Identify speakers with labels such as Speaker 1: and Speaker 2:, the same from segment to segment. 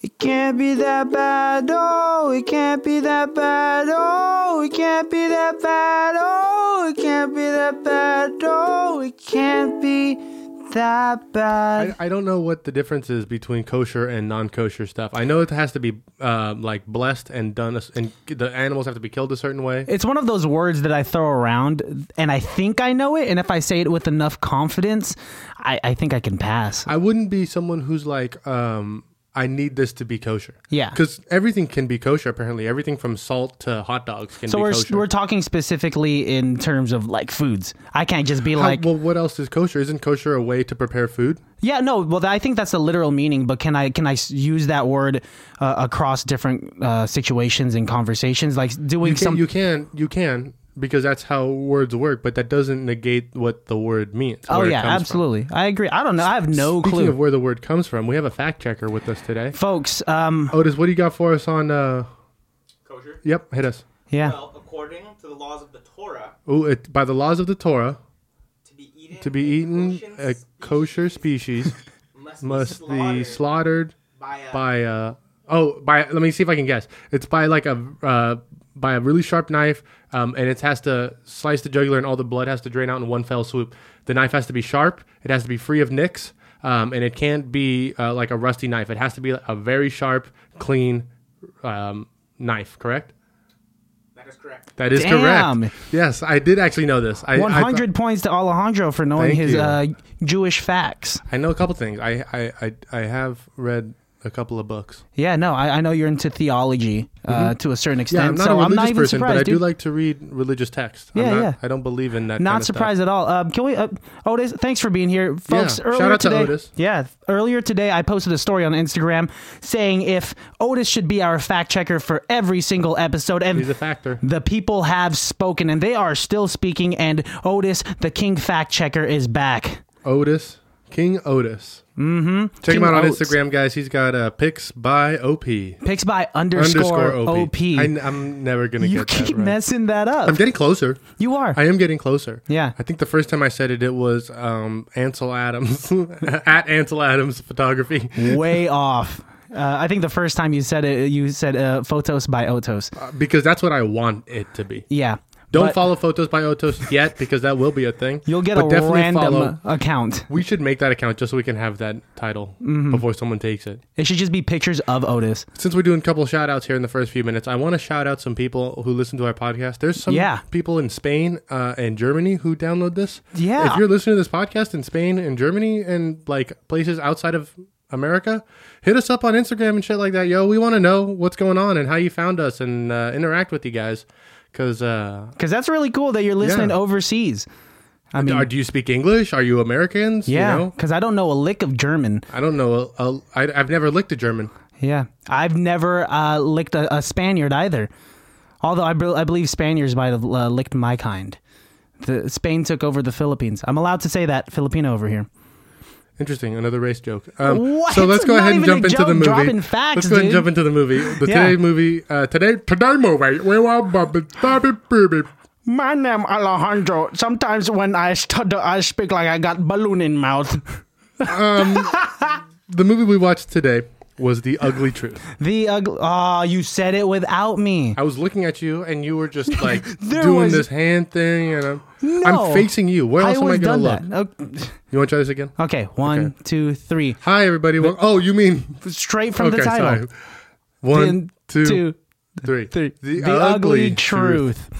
Speaker 1: It can't be that bad, oh, it can't be that bad, oh, it can't be that bad, oh, it can't be that bad, oh, it can't be that bad.
Speaker 2: I, I don't know what the difference is between kosher and non-kosher stuff. I know it has to be uh, like blessed and done, a s- and the animals have to be killed a certain way.
Speaker 3: It's one of those words that I throw around and I think I know it. And if I say it with enough confidence, I, I think I can pass.
Speaker 2: I wouldn't be someone who's like, um, I need this to be kosher.
Speaker 3: Yeah.
Speaker 2: because everything can be kosher. Apparently, everything from salt to hot dogs can
Speaker 3: So
Speaker 2: be
Speaker 3: we're,
Speaker 2: kosher.
Speaker 3: we're talking specifically in terms of like foods. I can't just be
Speaker 2: How-
Speaker 3: like,
Speaker 2: Uh, well, what else is kosher? Isn't kosher a way to prepare food?
Speaker 3: yeah, no. Well, I think that's the literal meaning. But can I can I s- use that word uh, across different uh, situations and conversations? Like doing
Speaker 2: You can,
Speaker 3: some.
Speaker 2: you can, you can, because that's how words work. But that doesn't negate what the word means.
Speaker 3: oh
Speaker 2: where it
Speaker 3: yeah,
Speaker 2: comes from.
Speaker 3: absolutely. I agree. I don't know. I have no
Speaker 2: Speaking
Speaker 3: clue,
Speaker 2: of where the word comes from, we have a fact checker with us today.
Speaker 3: folks. Um,
Speaker 2: Otis, what do you got for us on? Uh,
Speaker 4: Kosher?
Speaker 2: yep, hit us.
Speaker 3: yeah.
Speaker 4: Well, according to the laws of the Torah,
Speaker 2: Oh, it, by the laws of the Torah,
Speaker 4: to be eaten,
Speaker 2: to be
Speaker 4: a
Speaker 2: eaten
Speaker 4: kosher
Speaker 2: a
Speaker 4: species
Speaker 2: kosher species
Speaker 4: must,
Speaker 2: must be
Speaker 4: slaughtered
Speaker 2: slaughtered
Speaker 4: by a
Speaker 2: by uh oh by let me see if I can guess. It's by like a uh by a really sharp knife, um, and it has to slice the jugular, and all the blood has to drain out in one fell swoop. The knife has to be sharp. It has to be free of nicks, um, and it can't be uh, like a rusty knife. It has to be a very sharp, clean um, knife. Correct.
Speaker 4: That is correct.
Speaker 2: That is
Speaker 3: Damn.
Speaker 2: correct. Yes, I did actually know this. I, I
Speaker 3: One
Speaker 2: thought-
Speaker 3: hundred points to Alejandro for knowing
Speaker 2: Thank
Speaker 3: his
Speaker 2: you.
Speaker 3: uh, Jewish facts.
Speaker 2: I know a couple things. I I, I I have read a couple of books.
Speaker 3: Yeah, no, I, I know you're into theology uh, to a certain extent.
Speaker 2: Mm-hmm. Yeah, I'm not
Speaker 3: so
Speaker 2: a
Speaker 3: I'm
Speaker 2: religious
Speaker 3: not even
Speaker 2: person,
Speaker 3: surprised,
Speaker 2: but I
Speaker 3: dude.
Speaker 2: do like to read religious text.
Speaker 3: Yeah,
Speaker 2: I'm not,
Speaker 3: yeah.
Speaker 2: I don't believe in that.
Speaker 3: Not
Speaker 2: kind of
Speaker 3: surprised at all. Um, can we, uh, Otis? Thanks for being here, folks.
Speaker 2: Yeah,
Speaker 3: Earlier
Speaker 2: shout out to
Speaker 3: today,
Speaker 2: Otis.
Speaker 3: yeah, earlier today I posted a story on Instagram saying if Otis should be our fact checker for every single episode, and
Speaker 2: Stuff. He's a factor.
Speaker 3: the people have spoken, and they are still speaking. And Otis, the King fact checker, is back.
Speaker 2: Otis, King Otis. Mm-hmm. Check
Speaker 3: King
Speaker 2: him out on
Speaker 3: Oats.
Speaker 2: Instagram, guys. He's got uh, pics by op underscore
Speaker 3: Picks by underscore, op.
Speaker 2: I, am never gonna
Speaker 3: you
Speaker 2: get that
Speaker 3: keep
Speaker 2: right.
Speaker 3: messing that up.
Speaker 2: I'm getting closer.
Speaker 3: you are.
Speaker 2: I am getting closer.
Speaker 3: Yeah.
Speaker 2: I think the first time I said it, it was um, Ansel Adams at Ansel Adams Photography.
Speaker 3: way off. Uh, I think the first time you said it, you said uh, "photos by Otos."
Speaker 2: because that's what I want it to be.
Speaker 3: yeah.
Speaker 2: Don't
Speaker 3: But
Speaker 2: follow photos by Otos yet because that will be a thing.
Speaker 3: You'll get
Speaker 2: But
Speaker 3: a
Speaker 2: definitely
Speaker 3: random uh,
Speaker 2: follow-
Speaker 3: account.
Speaker 2: We should make that account just so we can have that title
Speaker 3: Mm-hmm.
Speaker 2: before someone takes it.
Speaker 3: It should just be pictures of Otis.
Speaker 2: Since we're doing a couple shout outs here in the first few minutes, I want to shout out some people who listen to our podcast. There's some
Speaker 3: Yeah.
Speaker 2: people in Spain uh, and Germany who download this.
Speaker 3: Yeah.
Speaker 2: If you're listening to this podcast in Spain and Germany and like places outside of America, hit us up on Instagram and shit like that. Yo, we want to know what's going on and how you found us and uh, interact with you guys. Because uh,
Speaker 3: Because that's really cool that you're listening
Speaker 2: Yeah.
Speaker 3: overseas. I mean,
Speaker 2: are, do you speak English? Are you Americans? You
Speaker 3: yeah,
Speaker 2: know?
Speaker 3: because I don't know a lick of German.
Speaker 2: I don't know. A, a, I, I've never licked a German.
Speaker 3: Yeah, I've never uh, licked a, a Spaniard either. Although I, bel- I believe Spaniards might have uh, licked my kind. The, Spain took over the Philippines. I'm allowed to say that Filipino over here.
Speaker 2: Interesting, another race joke. Um,
Speaker 3: What?
Speaker 2: So let's go
Speaker 3: Not
Speaker 2: ahead and
Speaker 3: even a
Speaker 2: jump into
Speaker 3: joke,
Speaker 2: the movie.
Speaker 3: dropping facts,
Speaker 2: let's go ahead and
Speaker 3: dude.
Speaker 2: jump into the movie. The
Speaker 3: Yeah.
Speaker 2: today movie, uh, today today movie. We want Bobby Bobby Booby.
Speaker 3: My name Alejandro. Sometimes when I stutter, I speak like I got balloon in mouth.
Speaker 2: The movie we watched today was The Ugly Truth.
Speaker 3: The ugly. Ah, you said it without me.
Speaker 2: I was looking at you, and you were just like
Speaker 3: There
Speaker 2: doing
Speaker 3: was-
Speaker 2: this hand thing, and I'm,
Speaker 3: No.
Speaker 2: I'm facing you. Where
Speaker 3: I
Speaker 2: else am I
Speaker 3: always
Speaker 2: going
Speaker 3: done
Speaker 2: to look?
Speaker 3: that. O-
Speaker 2: You want to try this again?
Speaker 3: Okay, one,
Speaker 2: Okay.
Speaker 3: two, three.
Speaker 2: Hi, everybody. Well, oh, you mean
Speaker 3: Straight from the
Speaker 2: okay?
Speaker 3: title.
Speaker 2: Sorry.
Speaker 3: In
Speaker 2: One, two,
Speaker 3: two,
Speaker 2: three.
Speaker 3: three. The, Ugly, Truth.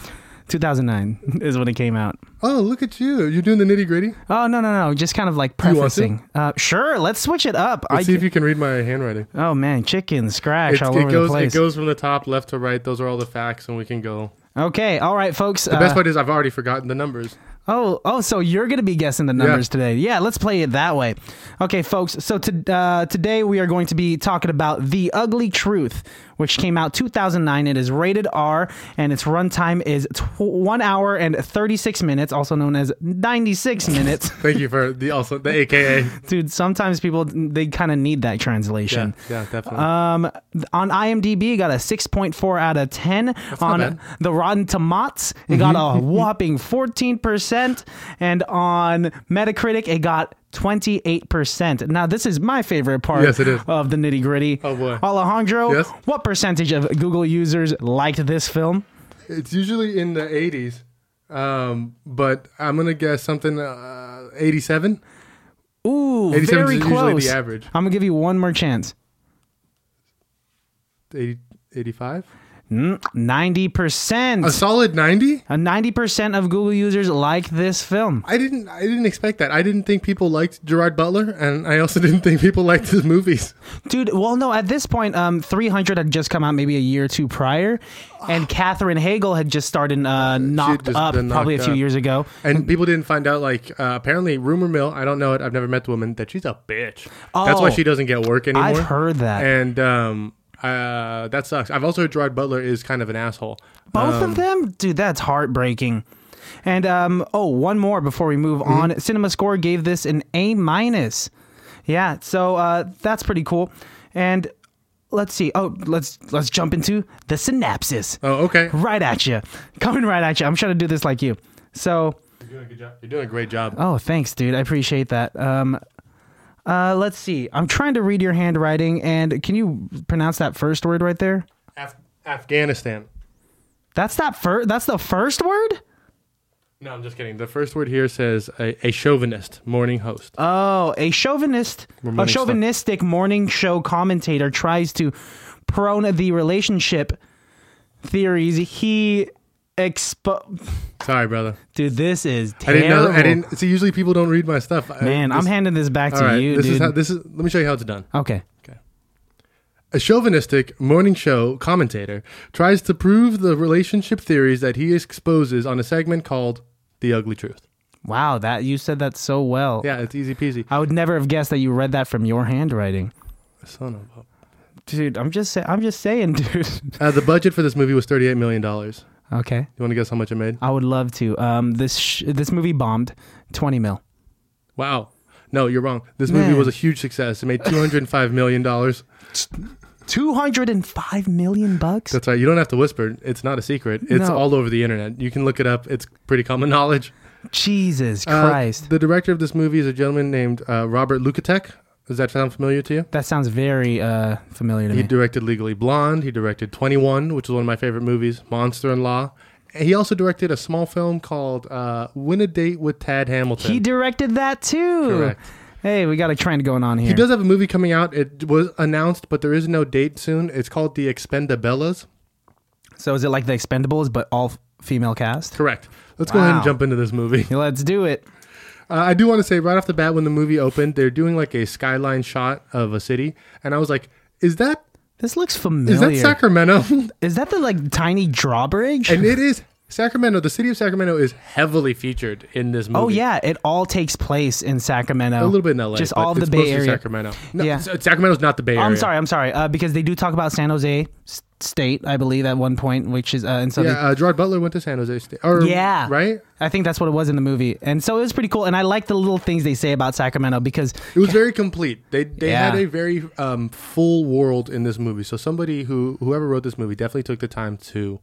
Speaker 3: 2009 is when it came out.
Speaker 2: Oh, look at you! You're doing the nitty gritty.
Speaker 3: Oh no no no! Just kind of like
Speaker 2: You want to?
Speaker 3: prefacing. Uh, sure, let's switch it up. I,
Speaker 2: Let's see if you can read my handwriting.
Speaker 3: oh man, chicken scratch
Speaker 2: It's-
Speaker 3: all
Speaker 2: it
Speaker 3: over
Speaker 2: goes
Speaker 3: the place.
Speaker 2: it goes from the top left to right. Those are all the facts, and we can go.
Speaker 3: okay, all right, folks.
Speaker 2: The
Speaker 3: uh,
Speaker 2: best part is I've already forgotten the numbers.
Speaker 3: Oh, oh, so you're going to be guessing the numbers today. Yeah, let's play it that way. Okay, folks, so to, uh, today we are going to be talking about The Ugly Truth, which came out 2009. It is rated R, and its runtime is tw- 1 hour and 36 minutes, also known as 96 minutes.
Speaker 2: Thank you for the also the AKA.
Speaker 3: Dude, sometimes people, they kind of need that
Speaker 2: Yeah,
Speaker 3: translation.
Speaker 2: yeah, definitely.
Speaker 3: Um, th- on IMDb, it got a 6.4 out of 10.
Speaker 2: not
Speaker 3: on
Speaker 2: bad. Mm-hmm.
Speaker 3: the Rotten Tomatoes, it got a whopping 14%. percent, and on Metacritic it got twenty eight percent. Now this is my favorite part.
Speaker 2: Yes, it is.
Speaker 3: of the nitty gritty.
Speaker 2: Oh, boy.
Speaker 3: Alejandro,
Speaker 2: Yes?
Speaker 3: what percentage of Google users liked this film?
Speaker 2: It's usually in the 80s, um, but I'm gonna guess something uh, 87.
Speaker 3: Ooh,
Speaker 2: 87
Speaker 3: very
Speaker 2: is usually
Speaker 3: close.
Speaker 2: the average.
Speaker 3: I'm gonna give you one more chance.
Speaker 2: 80, 85.
Speaker 3: Mm, Ninety percent.
Speaker 2: A solid 90.
Speaker 3: A ninety percent of Google users like this film.
Speaker 2: I didn't. I didn't expect that. I didn't think people liked Gerard Butler, and I also didn't think people liked his movies.
Speaker 3: Dude, well, no, at this point, um, 300 had just come out maybe a year or two prior, and Catherine Hagel had just started uh, knocked
Speaker 2: Ah. just
Speaker 3: up
Speaker 2: been
Speaker 3: probably a
Speaker 2: knocked
Speaker 3: few
Speaker 2: up.
Speaker 3: years ago.
Speaker 2: And people didn't find out. Like uh, apparently, rumor mill. I don't know it. I've never met the woman. That she's a bitch. That's
Speaker 3: Oh.
Speaker 2: why she doesn't get work anymore.
Speaker 3: I've heard that.
Speaker 2: And um, uh, that sucks. I've also heard Gerard Butler is kind of an asshole.
Speaker 3: Both
Speaker 2: Um,
Speaker 3: of them? Dude, that's heartbreaking. And um, oh, one more before we move
Speaker 2: Mm-hmm.
Speaker 3: on. Cinema Score gave this an A minus. Yeah, so uh, that's pretty cool. And let's see. Oh, let's let's jump into the synapses.
Speaker 2: Oh, okay.
Speaker 3: Right at you, coming right at you. I'm trying to do this like you. So
Speaker 2: You're doing a good job. You're doing a great job.
Speaker 3: Oh, thanks, dude. I appreciate that. Um, uh, let's see. I'm trying to read your handwriting, and can you pronounce that first word right there?
Speaker 2: Af- Afghanistan.
Speaker 3: That's that first. That's the first word.
Speaker 2: No, I'm just kidding. The first word here says a, a chauvinist morning host.
Speaker 3: Oh, a chauvinist, a
Speaker 2: morning
Speaker 3: chauvinistic morning show commentator tries to prone the relationship theories he expo.
Speaker 2: Sorry, brother.
Speaker 3: Dude, this is
Speaker 2: I didn't
Speaker 3: terrible.
Speaker 2: know. I didn't. See, usually people don't read my stuff. I-
Speaker 3: Man, I'm
Speaker 2: this-
Speaker 3: handing this back to
Speaker 2: all right,
Speaker 3: you,
Speaker 2: this
Speaker 3: dude.
Speaker 2: is how this is. Let me show you how it's done.
Speaker 3: okay.
Speaker 2: A chauvinistic morning show commentator tries to prove the relationship theories that he exposes on a segment called "The Ugly Truth."
Speaker 3: Wow, that you said that so well.
Speaker 2: Yeah, it's easy peasy.
Speaker 3: I would never have guessed that you read that from your handwriting.
Speaker 2: Son of
Speaker 3: dude i'm just saying i'm just saying dude
Speaker 2: a. Uh, the budget for this movie was thirty-eight million dollars.
Speaker 3: okay
Speaker 2: You want to guess how much it made?
Speaker 3: i would love to um this sh- this movie bombed 20 mil
Speaker 2: Wow. No, you're wrong. This
Speaker 3: Man.
Speaker 2: movie was a huge success. It made two hundred and five million dollars.
Speaker 3: 205 million bucks
Speaker 2: That's right. You don't have to whisper. It's not a secret. It's
Speaker 3: No.
Speaker 2: all over the internet. You can look it up. It's pretty common knowledge.
Speaker 3: jesus
Speaker 2: Uh,
Speaker 3: christ
Speaker 2: the director of this movie is a gentleman named uh, Robert Lukatek. Does that sound familiar to you?
Speaker 3: that sounds very uh familiar to
Speaker 2: He
Speaker 3: me
Speaker 2: directed Legally Blonde. He directed 21, which is one of my favorite movies, Monster in Law. And he also directed a small film called uh, Win a Date with Tad Hamilton.
Speaker 3: he directed that too
Speaker 2: Correct.
Speaker 3: hey we got a trend going on here
Speaker 2: He does have a movie coming out. It was announced, but there is no date soon. It's called The Expendables.
Speaker 3: so is it like the expendables but all f- female cast
Speaker 2: Correct. Let's go ahead
Speaker 3: Wow.
Speaker 2: and jump into this movie.
Speaker 3: let's do it
Speaker 2: Uh, I do want to say right off the bat when the movie opened, they're doing like a skyline shot of a city, and I was like, "Is that
Speaker 3: this looks
Speaker 2: is
Speaker 3: familiar
Speaker 2: that Sacramento?"
Speaker 3: Is that the like tiny drawbridge
Speaker 2: and it is Sacramento. The city of Sacramento is heavily featured in this movie.
Speaker 3: Oh yeah, it all takes place in Sacramento.
Speaker 2: a little bit in LA,
Speaker 3: Oh. Just
Speaker 2: but
Speaker 3: all of the
Speaker 2: it's
Speaker 3: Bay
Speaker 2: mostly
Speaker 3: Area.
Speaker 2: Sacramento. No,
Speaker 3: Yeah.
Speaker 2: S- Sacramento's not the Bay Area.
Speaker 3: I'm sorry, I'm sorry, uh, because they do talk about San Jose s- State, I believe, at one point, which is uh, and so they-
Speaker 2: Yeah, uh, Gerard Butler went to San Jose State. Or,
Speaker 3: Yeah.
Speaker 2: right.
Speaker 3: I think that's what it was in the movie, and so it was pretty cool. And I like the little things they say about Sacramento because
Speaker 2: It was very complete. They they
Speaker 3: Yeah.
Speaker 2: had a very um, full world in this movie. So somebody who whoever wrote this movie definitely took the time to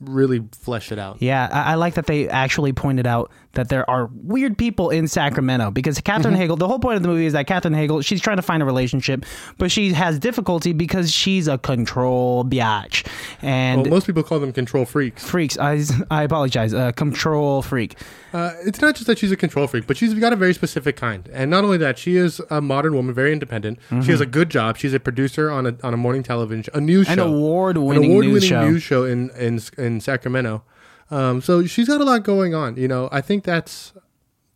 Speaker 2: really flesh it out.
Speaker 3: yeah, I, I like that they actually pointed out that there are weird people in Sacramento because Catherine
Speaker 2: Mm-hmm.
Speaker 3: Hagel. The whole point of the movie is that Catherine Hagel she's trying to find a relationship, but she has difficulty because she's a control biatch, and.
Speaker 2: Well, most people call them control freaks.
Speaker 3: Freaks, I, I apologize. Uh, control freak.
Speaker 2: Uh, it's not just that she's a control freak, but she's got a very specific kind. And not only that, she is a modern woman, very independent.
Speaker 3: Mm-hmm.
Speaker 2: She has a good job. She's a producer on a on a morning television, sh- a news
Speaker 3: An
Speaker 2: show,
Speaker 3: award-winning news show.
Speaker 2: news show in in in Sacramento. Um, so she's got a lot going on. You know, I think that's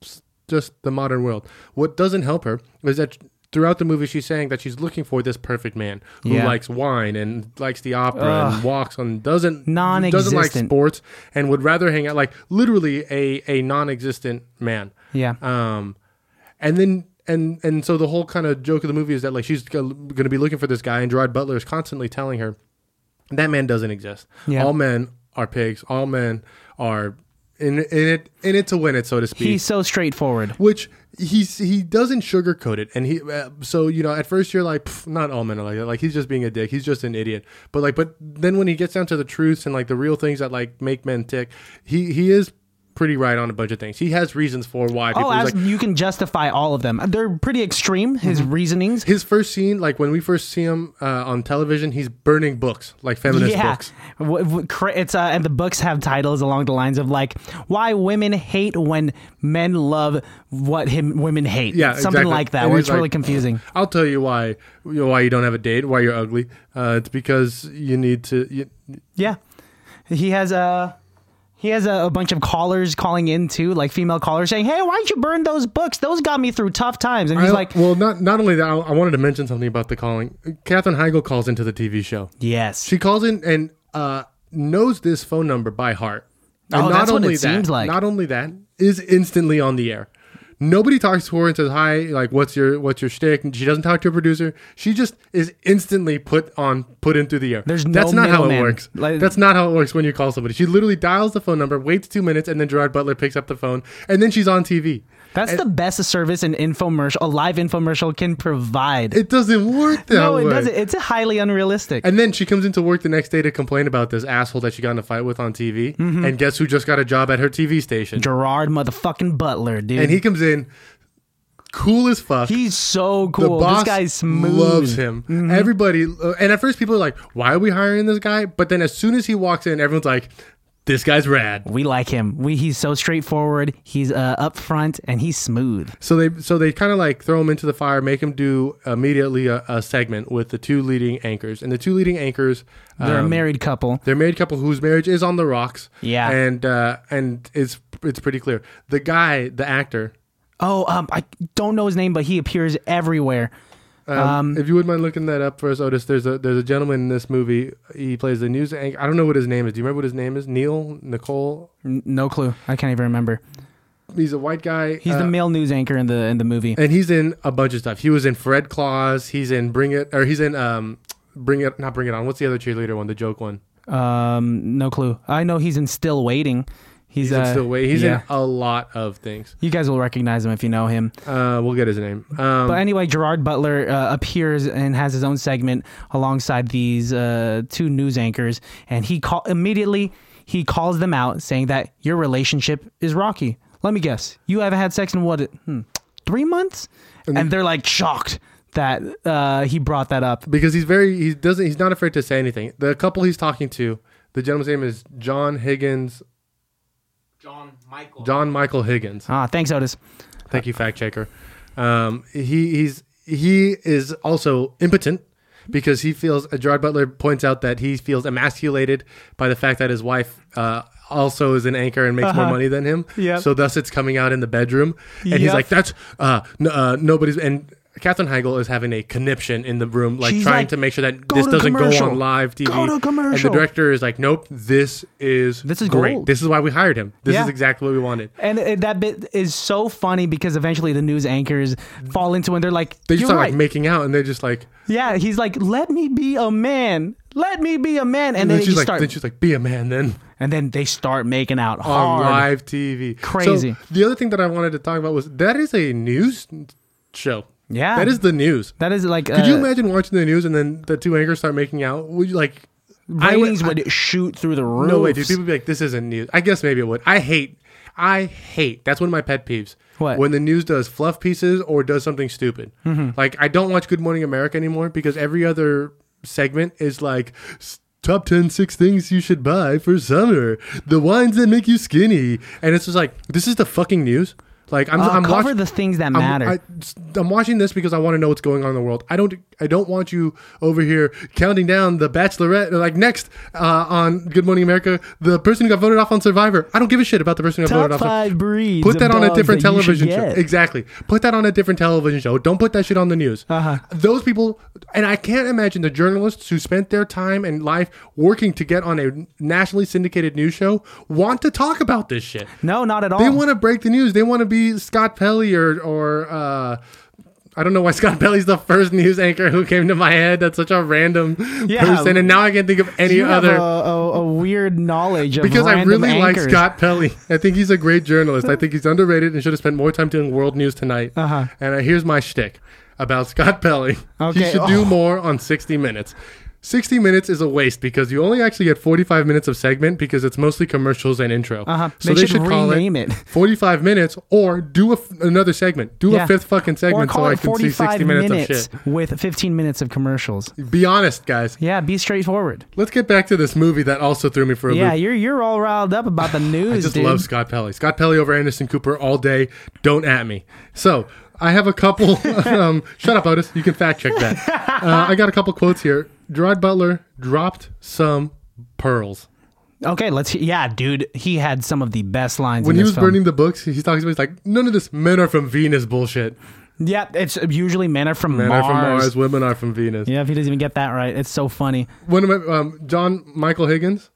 Speaker 2: s- just the modern world. What doesn't help her is that. Throughout the movie, she's saying that she's looking for this perfect man who
Speaker 3: Yeah.
Speaker 2: likes wine and likes the opera and walks and doesn't doesn't like
Speaker 3: Non-existent.
Speaker 2: sports and would rather hang out like literally a a non-existent man.
Speaker 3: Yeah.
Speaker 2: Um, and then and and so the whole kind of joke of the movie is that like she's going to be looking for this guy, and Gerard Butler is constantly telling her that man doesn't exist.
Speaker 3: Yeah.
Speaker 2: All men are pigs. All men are in in it in it to win it, so to speak
Speaker 3: He's so straightforward.
Speaker 2: which he's he doesn't sugarcoat it and he uh, so you know at first you're like "Pff, not all men are like that like he's just being a dick he's just an idiot but like but then when he gets down to the truths and like the real things that like make men tick he he is pretty right on a bunch of things. He has reasons for why. People
Speaker 3: oh,
Speaker 2: he's like,
Speaker 3: as
Speaker 2: Mm-hmm.
Speaker 3: you can justify all of them. They're pretty extreme. His reasonings.
Speaker 2: his first scene, like when we first see him uh, on television, he's burning books, like feminist
Speaker 3: yeah,
Speaker 2: books.
Speaker 3: W- w- cra- it's uh, and the books have titles along the lines of like why women hate when men love what him women hate.
Speaker 2: Yeah,
Speaker 3: something
Speaker 2: exactly.
Speaker 3: like that.
Speaker 2: And
Speaker 3: Where
Speaker 2: he's
Speaker 3: it's really
Speaker 2: like-
Speaker 3: confusing.
Speaker 2: I'll tell you why you know, why you don't have a date, why you're ugly. Uh, it's because you need to. You,
Speaker 3: Yeah, he has a. He has a, a bunch of callers calling in too, like female callers saying, "Hey, why don't you burn those books? Those got me through tough times." And he's
Speaker 2: I-
Speaker 3: like,
Speaker 2: well, not not only that, I, I wanted to mention something about the calling. Katherine Heigl calls into the TV show.
Speaker 3: "Yes,
Speaker 2: She calls in and uh, knows this phone number by heart. And
Speaker 3: Oh, that's what it
Speaker 2: that,
Speaker 3: seems like.
Speaker 2: Not only that, is instantly on the air. Nobody talks to her and says hi. Like, what's your what's your shtick? And she doesn't talk to her producer. She just is instantly put on put into the air.
Speaker 3: There's no
Speaker 2: that's not how it
Speaker 3: middleman.
Speaker 2: works.
Speaker 3: Like-
Speaker 2: that's not how it works when you call somebody. She literally dials the phone number, waits two minutes, and then Gerard Butler picks up the phone, and then she's on TV.
Speaker 3: that's the best service an infomercial, a live infomercial, can provide."
Speaker 2: It doesn't work that
Speaker 3: no,
Speaker 2: way.
Speaker 3: it doesn't. It's highly unrealistic.
Speaker 2: And then she comes into work the next day to complain about this asshole that she got in a fight with on TV.
Speaker 3: Mm-hmm.
Speaker 2: And guess who just got a job at her TV station?
Speaker 3: Gerard motherfucking Butler, dude.
Speaker 2: And he comes in cool as fuck.
Speaker 3: He's so
Speaker 2: the
Speaker 3: cool.
Speaker 2: boss
Speaker 3: this guy's smooth. Mm-hmm.
Speaker 2: loves him. Everybody, uh, and at first people are like, "Why are we hiring this guy?" But then as soon as he walks in, everyone's like, "This guy's rad."
Speaker 3: We like him. We he's so straightforward. He's uh, upfront and he's smooth.
Speaker 2: So they so they kind of like throw him into the fire, make him do immediately a, a segment with the two leading anchors, and the two leading anchors
Speaker 3: They're a
Speaker 2: um,
Speaker 3: married couple.
Speaker 2: They're a married couple whose marriage is on the rocks.
Speaker 3: Yeah.
Speaker 2: and uh, and it's it's pretty clear. The guy, the actor,
Speaker 3: Oh, um, I don't know his name, but he appears everywhere.
Speaker 2: um, if you wouldn't mind looking that up for us, Otis. There's a there's a gentleman in this movie. He plays the news anchor. I don't know what his name is. Do you remember what his name is? Neil Nicole.
Speaker 3: N- no clue. I can't even remember.
Speaker 2: He's a white guy.
Speaker 3: He's the
Speaker 2: uh,
Speaker 3: male news anchor in the in the movie.
Speaker 2: and he's in a bunch of stuff. He was in Fred Claus. He's in Bring It, or he's in um Bring It, not Bring It On. What's the other cheerleader one? The joke one.
Speaker 3: Um, no clue. I know he's in Still Waiting. He's,
Speaker 2: He's in
Speaker 3: uh,
Speaker 2: still wait. He's
Speaker 3: yeah.
Speaker 2: in a lot of things.
Speaker 3: You guys will recognize him if you know him.
Speaker 2: Uh, we'll get his name. Um,
Speaker 3: But anyway, Gerard Butler uh, appears and has his own segment alongside these uh, two news anchors, and he call immediately he calls them out, saying that your relationship is rocky. Let me guess, you haven't had sex in what hmm, three months? And, they're like shocked that uh, he brought that up.
Speaker 2: because he's very he doesn't he's not afraid to say anything. The couple he's talking to, the gentleman's name is John Higgins,
Speaker 4: John Michael.
Speaker 2: John Michael Higgins.
Speaker 3: Ah, thanks, Otis.
Speaker 2: Thank you, fact checker. Um, he he's he is also impotent because he feels. Uh, Gerard Butler points out that he feels emasculated by the fact that his wife. Uh, also is an anchor and makes more money than him.
Speaker 3: Uh-huh. Yep.
Speaker 2: So thus it's coming out in the bedroom, and he's
Speaker 3: Yep.
Speaker 2: like, "That's uh, n- uh nobody's." And Katherine Heigl is having a conniption in the room, like
Speaker 3: She's
Speaker 2: trying
Speaker 3: like,
Speaker 2: to make sure that
Speaker 3: "Go
Speaker 2: this
Speaker 3: to
Speaker 2: doesn't go
Speaker 3: commercial.
Speaker 2: on live TV.
Speaker 3: Go to
Speaker 2: And the
Speaker 3: commercial.
Speaker 2: director is like, "Nope, this is
Speaker 3: This is
Speaker 2: great.
Speaker 3: gold.
Speaker 2: This is why we hired him. This
Speaker 3: Yeah.
Speaker 2: is exactly what we wanted."
Speaker 3: And it, that bit is so funny because eventually the news anchors fall into and they're like,
Speaker 2: They
Speaker 3: "You're
Speaker 2: just start
Speaker 3: right."
Speaker 2: like making out, and they're just like,
Speaker 3: yeah, he's like, "Let me be a man." Let me be a man,
Speaker 2: And
Speaker 3: and,
Speaker 2: then
Speaker 3: then, you
Speaker 2: she's like,
Speaker 3: start
Speaker 2: then she's like, be a man then
Speaker 3: and then they start making out
Speaker 2: on
Speaker 3: hard.
Speaker 2: live TV. So,
Speaker 3: Crazy.
Speaker 2: the other thing that I wanted to talk about was that is a news show.
Speaker 3: Yeah.
Speaker 2: that is the news.
Speaker 3: That is like uh,
Speaker 2: Could you imagine watching the news and then the two anchors start making out? Would you like? I would-
Speaker 3: ratings would, shoot through the roof?
Speaker 2: no way, dude. People be like, this isn't news. I guess maybe it would. I hate. I hate. That's one of my pet peeves.
Speaker 3: What? Mm-hmm.
Speaker 2: When the news does fluff pieces or does something stupid. Like I don't watch Good Morning America anymore because every other segment is like. "S- Top 10 six things you should buy for summer. The wines that make you skinny. And it's just like, this is the fucking news. Like, I'm,
Speaker 3: Uh,
Speaker 2: I'm
Speaker 3: cover
Speaker 2: watch-
Speaker 3: the things that
Speaker 2: I'm-
Speaker 3: matter.
Speaker 2: I, am watching this because I want to know what's going on in the world. I don't. I don't want you over here counting down the Bachelorette. Like next uh, on Good Morning America, the person who got voted off on Survivor. I don't give a shit about the person who got
Speaker 3: Top
Speaker 2: voted off.
Speaker 3: five breeds.
Speaker 2: Put that
Speaker 3: of
Speaker 2: on a
Speaker 3: dogs
Speaker 2: different
Speaker 3: that you should
Speaker 2: television show.
Speaker 3: get.
Speaker 2: Exactly. Put that on a different television show. Don't put that shit on the news.
Speaker 3: Uh-huh.
Speaker 2: Those people, and I can't imagine the journalists who spent their time and life working to get on a nationally syndicated news show want to talk about this shit.
Speaker 3: No, not at all.
Speaker 2: They want to break the news. They want to be Scott Pelley or or uh, I don't know why Scott Pelley's the first news anchor who came to my head. That's such a random
Speaker 3: Yeah.
Speaker 2: person, and now I can't think of any
Speaker 3: you
Speaker 2: other.
Speaker 3: have a, a, a weird knowledge of
Speaker 2: because I
Speaker 3: random
Speaker 2: really
Speaker 3: anchors.
Speaker 2: like Scott Pelley. I think he's a great journalist. I think he's underrated and should have spent more time doing world news tonight.
Speaker 3: Uh-huh.
Speaker 2: And uh, here's my shtick about Scott Pelley.
Speaker 3: Okay. Oh.
Speaker 2: He should do more on 60 Minutes. 60 minutes is a waste because you only actually get 45 minutes of segment because it's mostly commercials and intro.
Speaker 3: Uh-huh. They should rename it.
Speaker 2: 45 minutes or do a f- another segment. Do
Speaker 3: Yeah.
Speaker 2: a fifth fucking
Speaker 3: Or
Speaker 2: segment so
Speaker 3: call
Speaker 2: I
Speaker 3: it
Speaker 2: can see
Speaker 3: 45
Speaker 2: 60 minutes,
Speaker 3: minutes
Speaker 2: of
Speaker 3: with 15 minutes of commercials.
Speaker 2: shit. Be honest, guys.
Speaker 3: Yeah, be straightforward.
Speaker 2: Let's get back to this movie that also threw me for a
Speaker 3: Yeah,
Speaker 2: loop.
Speaker 3: you're you're all riled up about the news,
Speaker 2: I just
Speaker 3: dude.
Speaker 2: love Scott Pelley. Scott Pelley over Anderson Cooper all day. Don't at me. So I have a couple. um, shut up, Otis. You can fact check that. Uh, I got a couple quotes here. Gerard Butler dropped some pearls.
Speaker 3: okay, let's. Yeah, dude, he had some of the best lines
Speaker 2: when
Speaker 3: in
Speaker 2: he
Speaker 3: this
Speaker 2: was
Speaker 3: film.
Speaker 2: burning the books, he's talking about he's like, none of this men are from Venus bullshit.
Speaker 3: Yeah, it's usually men are from
Speaker 2: Men
Speaker 3: Mars.
Speaker 2: are from Mars, women are from Venus.
Speaker 3: Yeah, if he doesn't even get that right, it's so funny.
Speaker 2: One of my um, John Michael Higgins,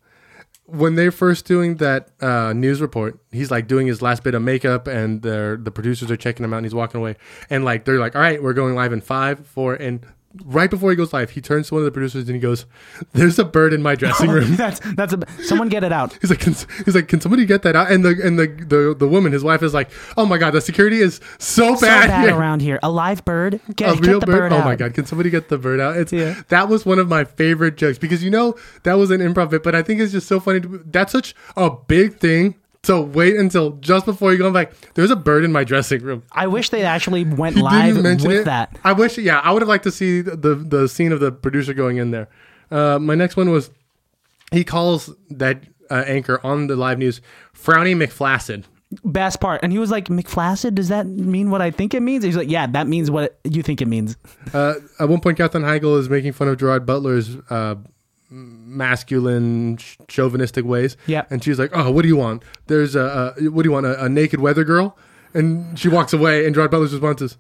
Speaker 2: when they're first doing that uh, news report, he's like doing his last bit of makeup, and they're, the producers are checking him out, and he's walking away, and like they're like, all right, we're going live in five, four, and right before he goes live, he turns to one of the producers and he goes, "There's a bird in my dressing room."
Speaker 3: That's that's a someone get it out.
Speaker 2: He's like, can, he's like, can somebody get that out? And the and the, the the woman, his wife, is like, oh my god, the security is so bad,
Speaker 3: So bad
Speaker 2: here."
Speaker 3: around here. A live bird. Get,
Speaker 2: a
Speaker 3: get
Speaker 2: real
Speaker 3: the
Speaker 2: bird.
Speaker 3: bird.
Speaker 2: oh
Speaker 3: out.
Speaker 2: my god! Can somebody get the bird out? It's
Speaker 3: Yeah.
Speaker 2: that was one of my favorite jokes because you know that was an improv bit, but I think it's just so funny. To, that's such a big thing to wait until just before you go. I'm like, there's a bird in my dressing room.
Speaker 3: I wish they actually went
Speaker 2: He
Speaker 3: live
Speaker 2: didn't mention
Speaker 3: with
Speaker 2: it.
Speaker 3: that.
Speaker 2: I wish. Yeah, I would have liked to see the the, the scene of the producer going in there. Uh, my next one was he calls that uh, anchor on the live news frowny McFlaccid.
Speaker 3: Best part. And he was like, McFlaccid, does that mean what I think it means? He's like, Yeah, that means what you think it means.
Speaker 2: Uh, at one point, Katherine Heigl is making fun of Gerard Butler's uh, m- masculine, ch- chauvinistic ways.
Speaker 3: Yep.
Speaker 2: And she's like, "Oh, what do you want? There's a, a what do you want? A, a naked weather girl?" And she walks away, and Gerard Butler's response is,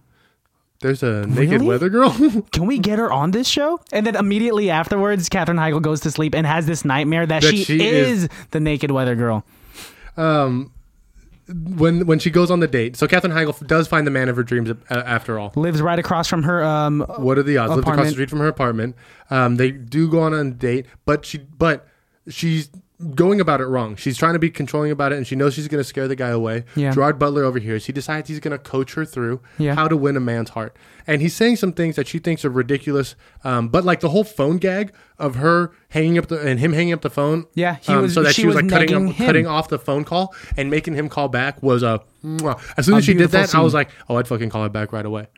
Speaker 2: "There's a naked
Speaker 3: Really?
Speaker 2: weather girl."
Speaker 3: Can we get her on this show? And then immediately afterwards, Katherine Heigl goes to sleep and has this nightmare that,
Speaker 2: That
Speaker 3: she,
Speaker 2: she
Speaker 3: is,
Speaker 2: is-
Speaker 3: the naked weather girl.
Speaker 2: when when she goes on the date, so Katherine Heigl f- does find the man of her dreams a- a- after all.
Speaker 3: Lives right across from her um
Speaker 2: What are the odds? Lived across
Speaker 3: Apartment.
Speaker 2: the street from her apartment. Um, they do go on a date, but she but she's going about it wrong. She's trying to be controlling about it, and she knows she's going to scare the guy away.
Speaker 3: Yeah.
Speaker 2: Gerard Butler over here. She decides he's going to coach her through
Speaker 3: Yeah.
Speaker 2: how to win a man's heart, and he's saying some things that she thinks are ridiculous. Um, but like the whole phone gag of her hanging up the and him hanging up the phone.
Speaker 3: Yeah, he
Speaker 2: um,
Speaker 3: was-
Speaker 2: so that
Speaker 3: she
Speaker 2: she, was,
Speaker 3: was
Speaker 2: like cutting
Speaker 3: negging
Speaker 2: up,
Speaker 3: him.
Speaker 2: cutting off the phone call and making him call back was a. mwah. As soon as she did
Speaker 3: beautiful
Speaker 2: that, I was
Speaker 3: scene. Mm-hmm.
Speaker 2: like, oh, I'd fucking call it back right away.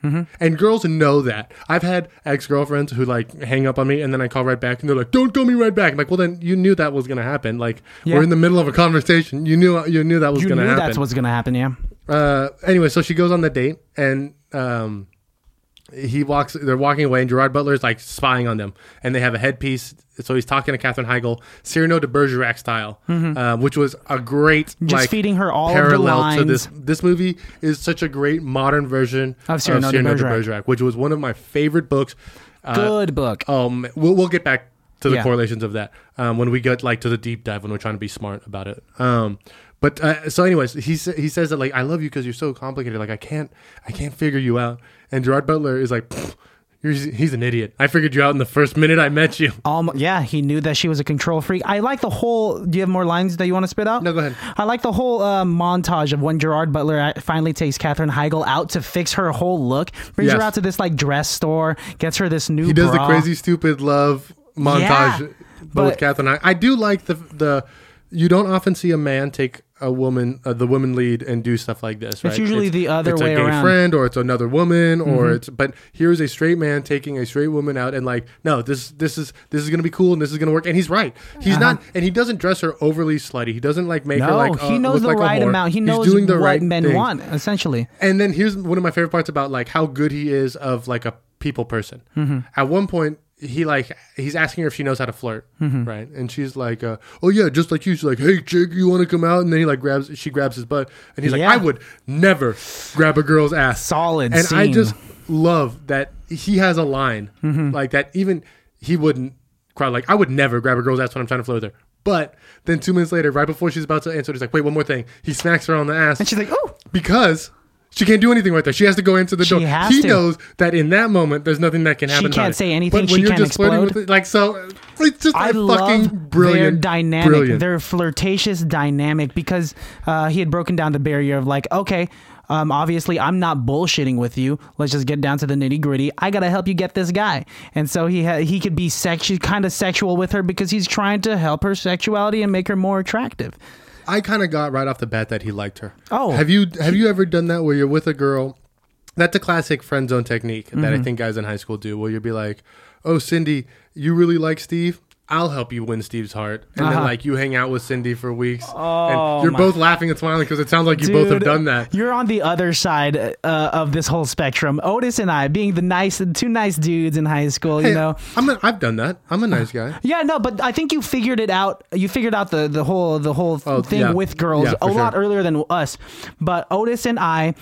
Speaker 2: And girls know that. I've had ex girlfriends who like hang up on me and then I call right back and they're like, don't call me right back. I'm like, well, then you knew that was gonna happen. Like
Speaker 3: Yeah.
Speaker 2: we're in the middle of a conversation. You knew you knew that was
Speaker 3: you knew
Speaker 2: gonna happen.
Speaker 3: that's what's gonna happen, yeah.
Speaker 2: uh, anyway, so she goes on the date and um, he walks. They're walking away and Gerard Butler's like spying on them and they have a headpiece. So he's talking to Catherine Heigl, Cyrano de Bergerac style, uh, which was a great
Speaker 3: Mm-hmm. Just
Speaker 2: like
Speaker 3: feeding her all of the
Speaker 2: parallel to
Speaker 3: lines.
Speaker 2: this this movie is such a great modern version
Speaker 3: Of Cyrano de Bergerac.
Speaker 2: which was one of my favorite books. Uh,
Speaker 3: Good book.
Speaker 2: Um, we'll, we'll get back to the
Speaker 3: Yeah.
Speaker 2: correlations of that um, when we get like to the deep dive when we're trying to be smart about it. Um, but uh, so, anyways, he sa- he says that like I love you because you're so complicated. Like I can't I can't figure you out. And Gerard Butler is like. "Pfft, You're, he's an idiot. I figured you out in the first minute I met you.
Speaker 3: Um, yeah, he knew that she was a control freak. I like the whole. Do you have more lines that you want to spit out?
Speaker 2: No, go ahead.
Speaker 3: I like the whole uh, montage of when Gerard Butler a- finally takes Katherine Heigl out to fix her whole look, brings her
Speaker 2: Yes.
Speaker 3: out to this like dress store, gets her this new.
Speaker 2: He does
Speaker 3: bra.
Speaker 2: the crazy, stupid love montage,
Speaker 3: Yeah,
Speaker 2: but,
Speaker 3: but-
Speaker 2: with Catherine, I, I do like the the. You don't often see a man take a woman, uh, the woman lead, and do stuff like this. Right?
Speaker 3: usually the other
Speaker 2: it's
Speaker 3: way
Speaker 2: a gay
Speaker 3: around. Mm-hmm.
Speaker 2: friend, or it's another woman, or it's. But here's a straight man taking a straight woman out, and like, no, this this is this is gonna be cool, and this is gonna work, and he's right. He's not, and he doesn't dress her overly slutty. He doesn't like make her
Speaker 3: Uh-huh. No,
Speaker 2: like.
Speaker 3: he
Speaker 2: uh, look
Speaker 3: knows the
Speaker 2: like a
Speaker 3: right
Speaker 2: whore.
Speaker 3: amount. He
Speaker 2: He's
Speaker 3: knows
Speaker 2: doing the
Speaker 3: what
Speaker 2: right
Speaker 3: men
Speaker 2: things.
Speaker 3: want, essentially.
Speaker 2: And then here's one of my favorite parts about like how good he is of like a people person.
Speaker 3: Mm-hmm.
Speaker 2: At one point, he like he's asking her if she knows how to flirt,
Speaker 3: Mm-hmm.
Speaker 2: right? And she's like, uh, "Oh yeah, just like you." She's like, "Hey, chick, you want to come out?" And then he like grabs she grabs his butt, and he's
Speaker 3: Yeah.
Speaker 2: like, "I would never grab a girl's ass."
Speaker 3: Solid
Speaker 2: And I
Speaker 3: scene. Mm-hmm.
Speaker 2: just love that he has a line like that. Even he wouldn't cry like I would never grab a girl's ass when I'm trying to flirt with her. But then two minutes later, right before she's about to answer, he's like, "Wait, one more thing." He smacks her on the ass,
Speaker 3: And she's like, "Oh."
Speaker 2: because she can't do anything right there. She has to go into the
Speaker 3: She
Speaker 2: door.
Speaker 3: has
Speaker 2: he
Speaker 3: to.
Speaker 2: knows that in that moment, there's nothing that can happen. about
Speaker 3: can't
Speaker 2: it.
Speaker 3: say anything.
Speaker 2: But
Speaker 3: She
Speaker 2: when you're
Speaker 3: can't
Speaker 2: just flirting
Speaker 3: explode.
Speaker 2: with it, like so, it's just
Speaker 3: I
Speaker 2: a
Speaker 3: love
Speaker 2: fucking brilliant
Speaker 3: their dynamic,
Speaker 2: brilliant.
Speaker 3: their flirtatious dynamic, because uh, he had broken down the barrier of like, okay, Um, obviously, I'm not bullshitting with you. Let's just get down to the nitty gritty. I gotta help you get this guy, and so he ha- he could be sexual, kind of sexual with her because he's trying to help her sexuality and make her more attractive.
Speaker 2: I kind of got right off the bat that he liked her.
Speaker 3: Oh.
Speaker 2: have you have you ever done that where you're with a girl? That's a classic friend zone technique that
Speaker 3: Mm-hmm.
Speaker 2: I think guys in high school do, where you'll be like, "Oh, Cindy, you really like Steve." I'll help you win Steve's heart, and then
Speaker 3: Uh-huh.
Speaker 2: like you hang out with Cindy for weeks, oh,
Speaker 3: Oh,
Speaker 2: and you're
Speaker 3: my-
Speaker 2: both laughing and smiling because it sounds like you both have
Speaker 3: Dude,
Speaker 2: done that.
Speaker 3: You're on the other side uh, of this whole spectrum. Otis and I, being the nice, two nice dudes in high school, you
Speaker 2: Hey,
Speaker 3: know.
Speaker 2: I'm a, I've done that. I'm a nice guy.
Speaker 3: Yeah, no, but I think you figured it out. You figured out the the whole the whole
Speaker 2: Oh,
Speaker 3: thing
Speaker 2: yeah.
Speaker 3: with girls
Speaker 2: Yeah,
Speaker 3: a
Speaker 2: for
Speaker 3: lot
Speaker 2: sure.
Speaker 3: earlier than us. But Otis and I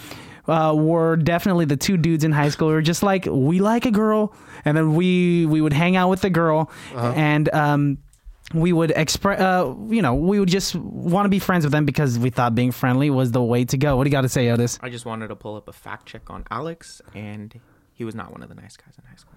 Speaker 3: uh, were definitely the two dudes in high school. We were just like we like a girl, and then we we would hang out with the girl,
Speaker 2: Uh-huh.
Speaker 3: and um, we would express. Uh, you know, we would just want to be friends with them because we thought being friendly was the way to go. What do you got to say, Otis?
Speaker 4: I just wanted to pull up a fact check on Alex, and he was not one of the nice guys in high school.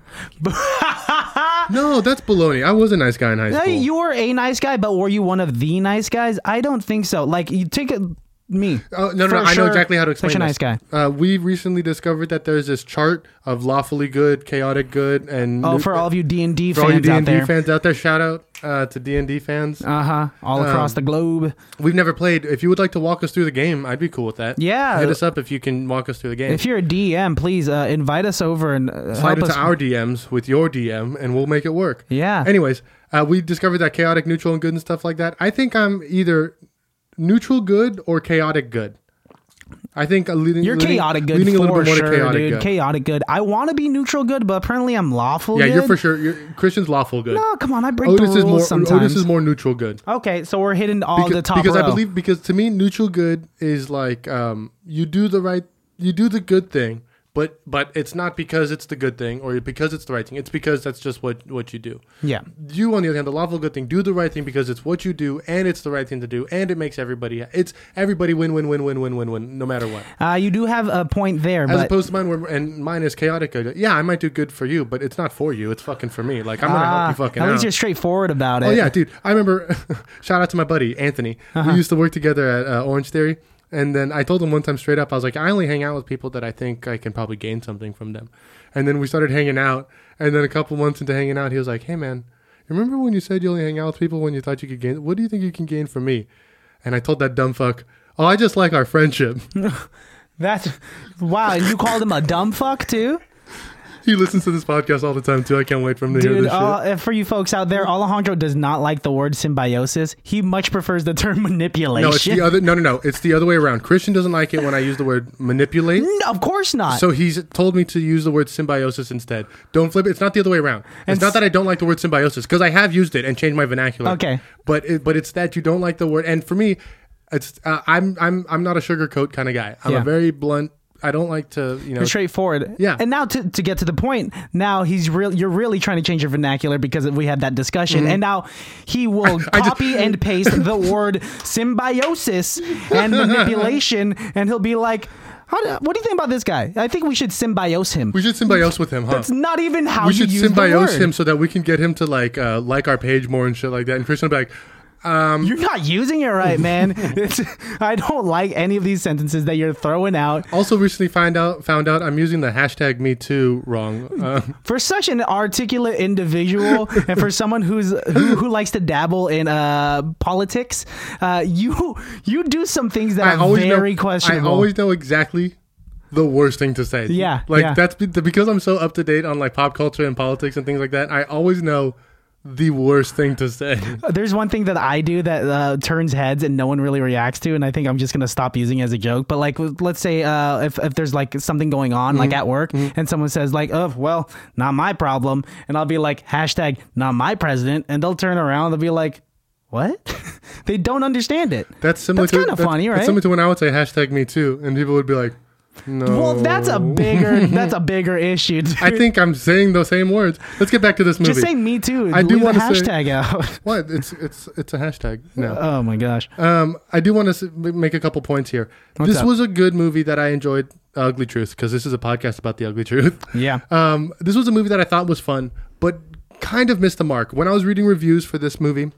Speaker 2: No, that's baloney. I was a nice guy in high
Speaker 3: Yeah,
Speaker 2: school.
Speaker 3: You were a nice guy, but were you one of the nice guys? I don't think so. Like you take a, me.
Speaker 2: Oh, no, no,
Speaker 3: For
Speaker 2: no, I know
Speaker 3: sure,
Speaker 2: exactly how to explain
Speaker 3: Such a
Speaker 2: this.
Speaker 3: nice guy.
Speaker 2: Uh, we recently discovered that there's this chart of lawfully good, chaotic good, and
Speaker 3: Oh, for all of you D and D
Speaker 2: for all you
Speaker 3: fans
Speaker 2: D
Speaker 3: out
Speaker 2: and D
Speaker 3: there.
Speaker 2: fans out there, shout out uh, to D and D fans.
Speaker 3: uh huh. All
Speaker 2: Um,
Speaker 3: across the globe.
Speaker 2: We've never played. If you would like to walk us through the game, I'd be cool with that.
Speaker 3: Yeah.
Speaker 2: hit us up if you can walk us through the game.
Speaker 3: If you're a DM, please uh, invite us over and uh,
Speaker 2: Slide
Speaker 3: help
Speaker 2: into
Speaker 3: us.
Speaker 2: our DMs with your DM, and we'll make it work.
Speaker 3: Yeah.
Speaker 2: Anyways, uh, we discovered that chaotic, neutral, and good and stuff like that. I think I'm either neutral good or chaotic good. I think a leading,
Speaker 3: You're
Speaker 2: leaning-
Speaker 3: chaotic good
Speaker 2: leaning a little
Speaker 3: for
Speaker 2: bit more
Speaker 3: sure,
Speaker 2: to chaotic
Speaker 3: dude.
Speaker 2: good.
Speaker 3: Chaotic good. I want to be neutral good, but apparently I'm lawful.
Speaker 2: yeah,
Speaker 3: good.
Speaker 2: you're for sure. You're, Christian's lawful good.
Speaker 3: No, come on, I break
Speaker 2: Otis
Speaker 3: the rules
Speaker 2: is more.
Speaker 3: sometimes.
Speaker 2: Otis is more neutral good.
Speaker 3: okay, so we're hitting all
Speaker 2: Because,
Speaker 3: the top
Speaker 2: because I
Speaker 3: row.
Speaker 2: believe because to me neutral good is like um, you do the right you do the good thing, but but it's not because it's the good thing or because it's the right thing. It's because that's just what what you do.
Speaker 3: Yeah.
Speaker 2: You on the other hand, the lawful good thing, do the right thing because it's what you do and it's the right thing to do and it makes everybody it's everybody win win win win win win win no matter what.
Speaker 3: Uh, you do have a point there,
Speaker 2: As
Speaker 3: but
Speaker 2: opposed to mine, where and mine is chaotic. I go, Yeah, I might do good for you, but it's not for you. It's fucking for me. Like I'm gonna
Speaker 3: ah,
Speaker 2: help you fucking
Speaker 3: at
Speaker 2: out.
Speaker 3: least you're straightforward about it.
Speaker 2: Oh yeah, dude. I remember. shout out to my buddy Anthony. We used to work together at uh, Orange Theory, and then I told him one time straight up, I was like, I only hang out with people that I think I can probably gain something from them. And then we started hanging out, and then a couple months into hanging out, he was like, Hey man, remember when you said you only hang out with people when you thought you could gain? What do you think you can gain from me? And I told that dumb fuck. Oh, I just like our friendship.
Speaker 3: That's wow. And you called him a dumb fuck too,
Speaker 2: he listens to this podcast all the time too. I can't wait for him to hear
Speaker 3: dude.
Speaker 2: this shit.
Speaker 3: Uh, for you folks out there, Alejandro does not like the word symbiosis. He much prefers the term manipulation.
Speaker 2: No, it's the other. No, no, no. It's the other way around. Christian doesn't like it when I use the word manipulate.
Speaker 3: No, of course not.
Speaker 2: So he's told me to use the word symbiosis instead. Don't flip it. It's not the other way around.
Speaker 3: And
Speaker 2: It's
Speaker 3: s-
Speaker 2: not that I don't like the word symbiosis because I have used it and changed my vernacular.
Speaker 3: Okay.
Speaker 2: But it, but it's that you don't like the word. And for me, it's uh, I'm I'm I'm not a sugarcoat kind of guy. I'm
Speaker 3: Yeah.
Speaker 2: a very blunt. I don't like to you know.
Speaker 3: straightforward.
Speaker 2: Yeah.
Speaker 3: And now to, to get to the point, now he's real. You're really trying to change your vernacular because we had that discussion,
Speaker 2: Mm-hmm.
Speaker 3: and now he will copy and paste the word symbiosis and manipulation, and he'll be like, How do, "What do you think about this guy? I think we should symbiose him."
Speaker 2: we should symbiose with him, huh?
Speaker 3: That's not even how
Speaker 2: we
Speaker 3: you
Speaker 2: should
Speaker 3: use the
Speaker 2: symbiose
Speaker 3: word.
Speaker 2: him so that we can get him to like uh, like our page more and shit like that. And Christian will be like, um,
Speaker 3: You're not using it right, man. It's, I don't like any of these sentences that you're throwing out.
Speaker 2: also recently find out found out I'm using the hashtag Me Too wrong. Uh,
Speaker 3: for such an articulate individual and for someone who's who, who likes to dabble in uh politics uh you you do some things that are very
Speaker 2: know,
Speaker 3: questionable
Speaker 2: I always know exactly the worst thing to say.
Speaker 3: Yeah,
Speaker 2: like
Speaker 3: yeah.
Speaker 2: that's be- because I'm so up to date on like pop culture and politics and things like that. I always know the worst thing to say.
Speaker 3: there's one thing that i do that uh, turns heads and no one really reacts to and i think i'm just gonna stop using it as a joke but like with- let's say uh if, if there's like something going on
Speaker 2: Mm-hmm.
Speaker 3: like at work and someone says like oh well not my problem and i'll be like hashtag not my president and they'll turn around they'll be like what they don't understand it
Speaker 2: That's similar.
Speaker 3: That's
Speaker 2: to
Speaker 3: kinda funny, right?
Speaker 2: That's similar to when I would say hashtag Me Too, and people would be like, No.
Speaker 3: Well, that's a bigger that's a bigger issue. Dude.
Speaker 2: Oh. I think I'm saying those same words. Let's get back to this movie.
Speaker 3: just say me too.
Speaker 2: I do
Speaker 3: Leave
Speaker 2: wanna
Speaker 3: the
Speaker 2: say-
Speaker 3: hashtag out.
Speaker 2: what? It's it's it's a hashtag now.
Speaker 3: oh my gosh.
Speaker 2: Um, I do want to make a couple points here. this
Speaker 3: up?
Speaker 2: was a good movie that I enjoyed, Ugly Truth, because this is a podcast about the ugly truth.
Speaker 3: Yeah.
Speaker 2: Um, this was a movie that I thought was fun, but kind of missed the mark. When I was reading reviews for this movie,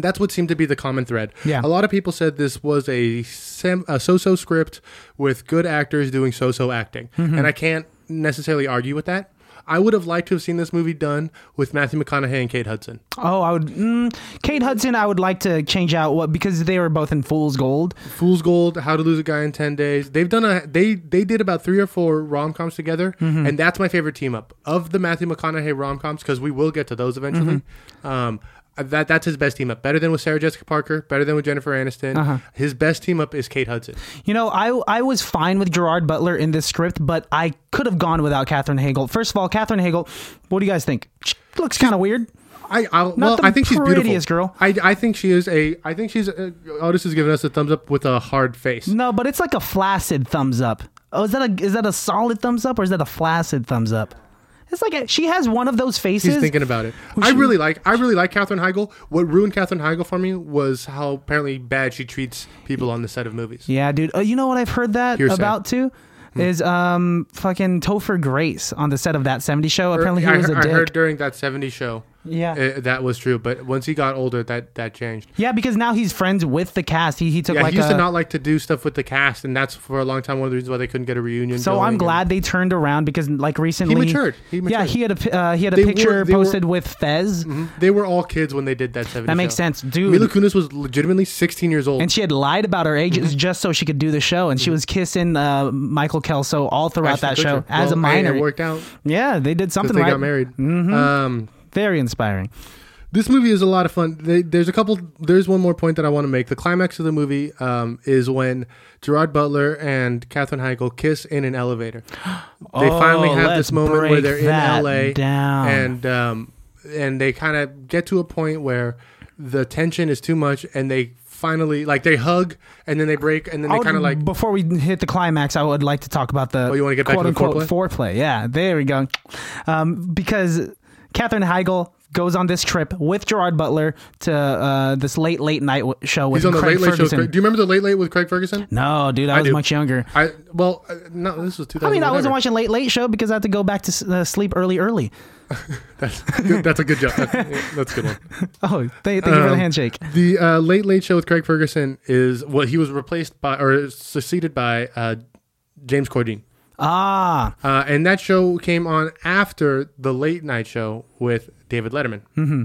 Speaker 2: that's what seemed to be the common thread.
Speaker 3: Yeah.
Speaker 2: A lot of people said this was a, sem- a so-so script with good actors doing so-so acting, and I can't necessarily argue with that. I would have liked to have seen this movie done with Matthew McConaughey and Kate Hudson.
Speaker 3: Oh, I would. Mm, Kate Hudson, I would like to change out what because they were both in Fool's Gold.
Speaker 2: Fool's Gold, How to Lose a Guy in Ten Days. They've done a they they did about three or four rom coms together,
Speaker 3: Mm-hmm.
Speaker 2: and that's my favorite team up of the Matthew McConaughey rom coms because we will get to those eventually.
Speaker 3: Mm-hmm.
Speaker 2: Um, that that's his best team up. Better than with Sarah Jessica Parker. Better than with Jennifer Aniston.
Speaker 3: Uh-huh.
Speaker 2: His best team up is Kate Hudson.
Speaker 3: You know, I I was fine with Gerard Butler in this script, but I could have gone without Katherine Hagel. First of all, Katherine Hagel, what do you guys think? She looks kind of weird.
Speaker 2: I I, well,
Speaker 3: the
Speaker 2: I think she's beautiful.
Speaker 3: prettiest girl.
Speaker 2: I I think she is a I think she's uh Otis is giving us a thumbs up with a hard face.
Speaker 3: No, but it's like a flaccid thumbs up. Oh, is that a is that a solid thumbs up or is that a flaccid thumbs up? It's like a, she has one of those faces.
Speaker 2: He's thinking about it. I really like I really like Katherine Heigl. What ruined Katherine Heigl for me was how apparently bad she treats people on the set of movies.
Speaker 3: Yeah, dude. Oh, you know what I've heard that
Speaker 2: Hearsay. Hmm.
Speaker 3: about too is um fucking Topher Grace on the set of that 70 show. Apparently he
Speaker 2: I,
Speaker 3: was a
Speaker 2: I
Speaker 3: dick.
Speaker 2: heard during that 70s show.
Speaker 3: Yeah.
Speaker 2: uh, that was true. But once he got older, that that changed.
Speaker 3: yeah, because now he's friends with the cast. He he took
Speaker 2: Yeah,
Speaker 3: like uh,
Speaker 2: he used
Speaker 3: a,
Speaker 2: to not like to do stuff with the cast, and that's for a long time one of the reasons why they couldn't get a reunion.
Speaker 3: So
Speaker 2: going,
Speaker 3: I'm
Speaker 2: and-
Speaker 3: glad they turned around because like recently
Speaker 2: matured. He
Speaker 3: Yeah,
Speaker 2: matured.
Speaker 3: he had a pi- uh, he had a
Speaker 2: They were-
Speaker 3: picture
Speaker 2: they were- Mm-hmm.
Speaker 3: posted with Fez,
Speaker 2: They were all kids when they did that 70s
Speaker 3: That makes
Speaker 2: show.
Speaker 3: sense, dude.
Speaker 2: Mila Kunis was legitimately 16 years old.
Speaker 3: and she had lied about her age
Speaker 2: Mm-hmm.
Speaker 3: just so she could do the show, and she was kissing uh, Michael Kelso all throughout
Speaker 2: Ashton
Speaker 3: that show
Speaker 2: Kutcher.
Speaker 3: as
Speaker 2: Well,
Speaker 3: a
Speaker 2: hey,
Speaker 3: minor.
Speaker 2: It worked out. 'cause
Speaker 3: yeah, they did something Mm-hmm.
Speaker 2: They
Speaker 3: right.
Speaker 2: got married. Um,
Speaker 3: Very inspiring.
Speaker 2: this movie is a lot of fun. They, there's a couple. There's one more point that I want to make. The climax of the movie um, is when Gerard Butler and Katherine Heigl kiss in an elevator. They finally
Speaker 3: Oh,
Speaker 2: have
Speaker 3: let's
Speaker 2: this moment where
Speaker 3: break
Speaker 2: they're in
Speaker 3: that
Speaker 2: L.A.
Speaker 3: down.
Speaker 2: and um, and they kind of get to a point where the tension is too much, and they finally like they hug, and then they break, and then they
Speaker 3: I would-
Speaker 2: kind of like
Speaker 3: before we hit the climax, I would like to talk about the.
Speaker 2: Oh, you wanna get back to the
Speaker 3: unquote foreplay? Yeah, there we go. Um, because Katherine Heigl goes on this trip with Gerard Butler to uh, this late late night w- show with
Speaker 2: he's on the
Speaker 3: Craig
Speaker 2: Late Late
Speaker 3: Ferguson.
Speaker 2: Show. Do you remember the Late Late with Craig Ferguson?
Speaker 3: No, dude, I, was
Speaker 2: do.
Speaker 3: much younger.
Speaker 2: I well, uh, no, this was 2000.
Speaker 3: I mean, I
Speaker 2: whatever.
Speaker 3: wasn't watching Late Late Show because I had to go back to s- uh, sleep early, early.
Speaker 2: That's, good, that's a good job. That's, that's a good one.
Speaker 3: Oh, th- thank you for the
Speaker 2: Um,
Speaker 3: handshake.
Speaker 2: The uh, Late Late Show with Craig Ferguson is what he was replaced by or succeeded by uh, James Corden.
Speaker 3: Ah,
Speaker 2: Uh, and that show came on after the Late Night Show with David Letterman, mm-hmm.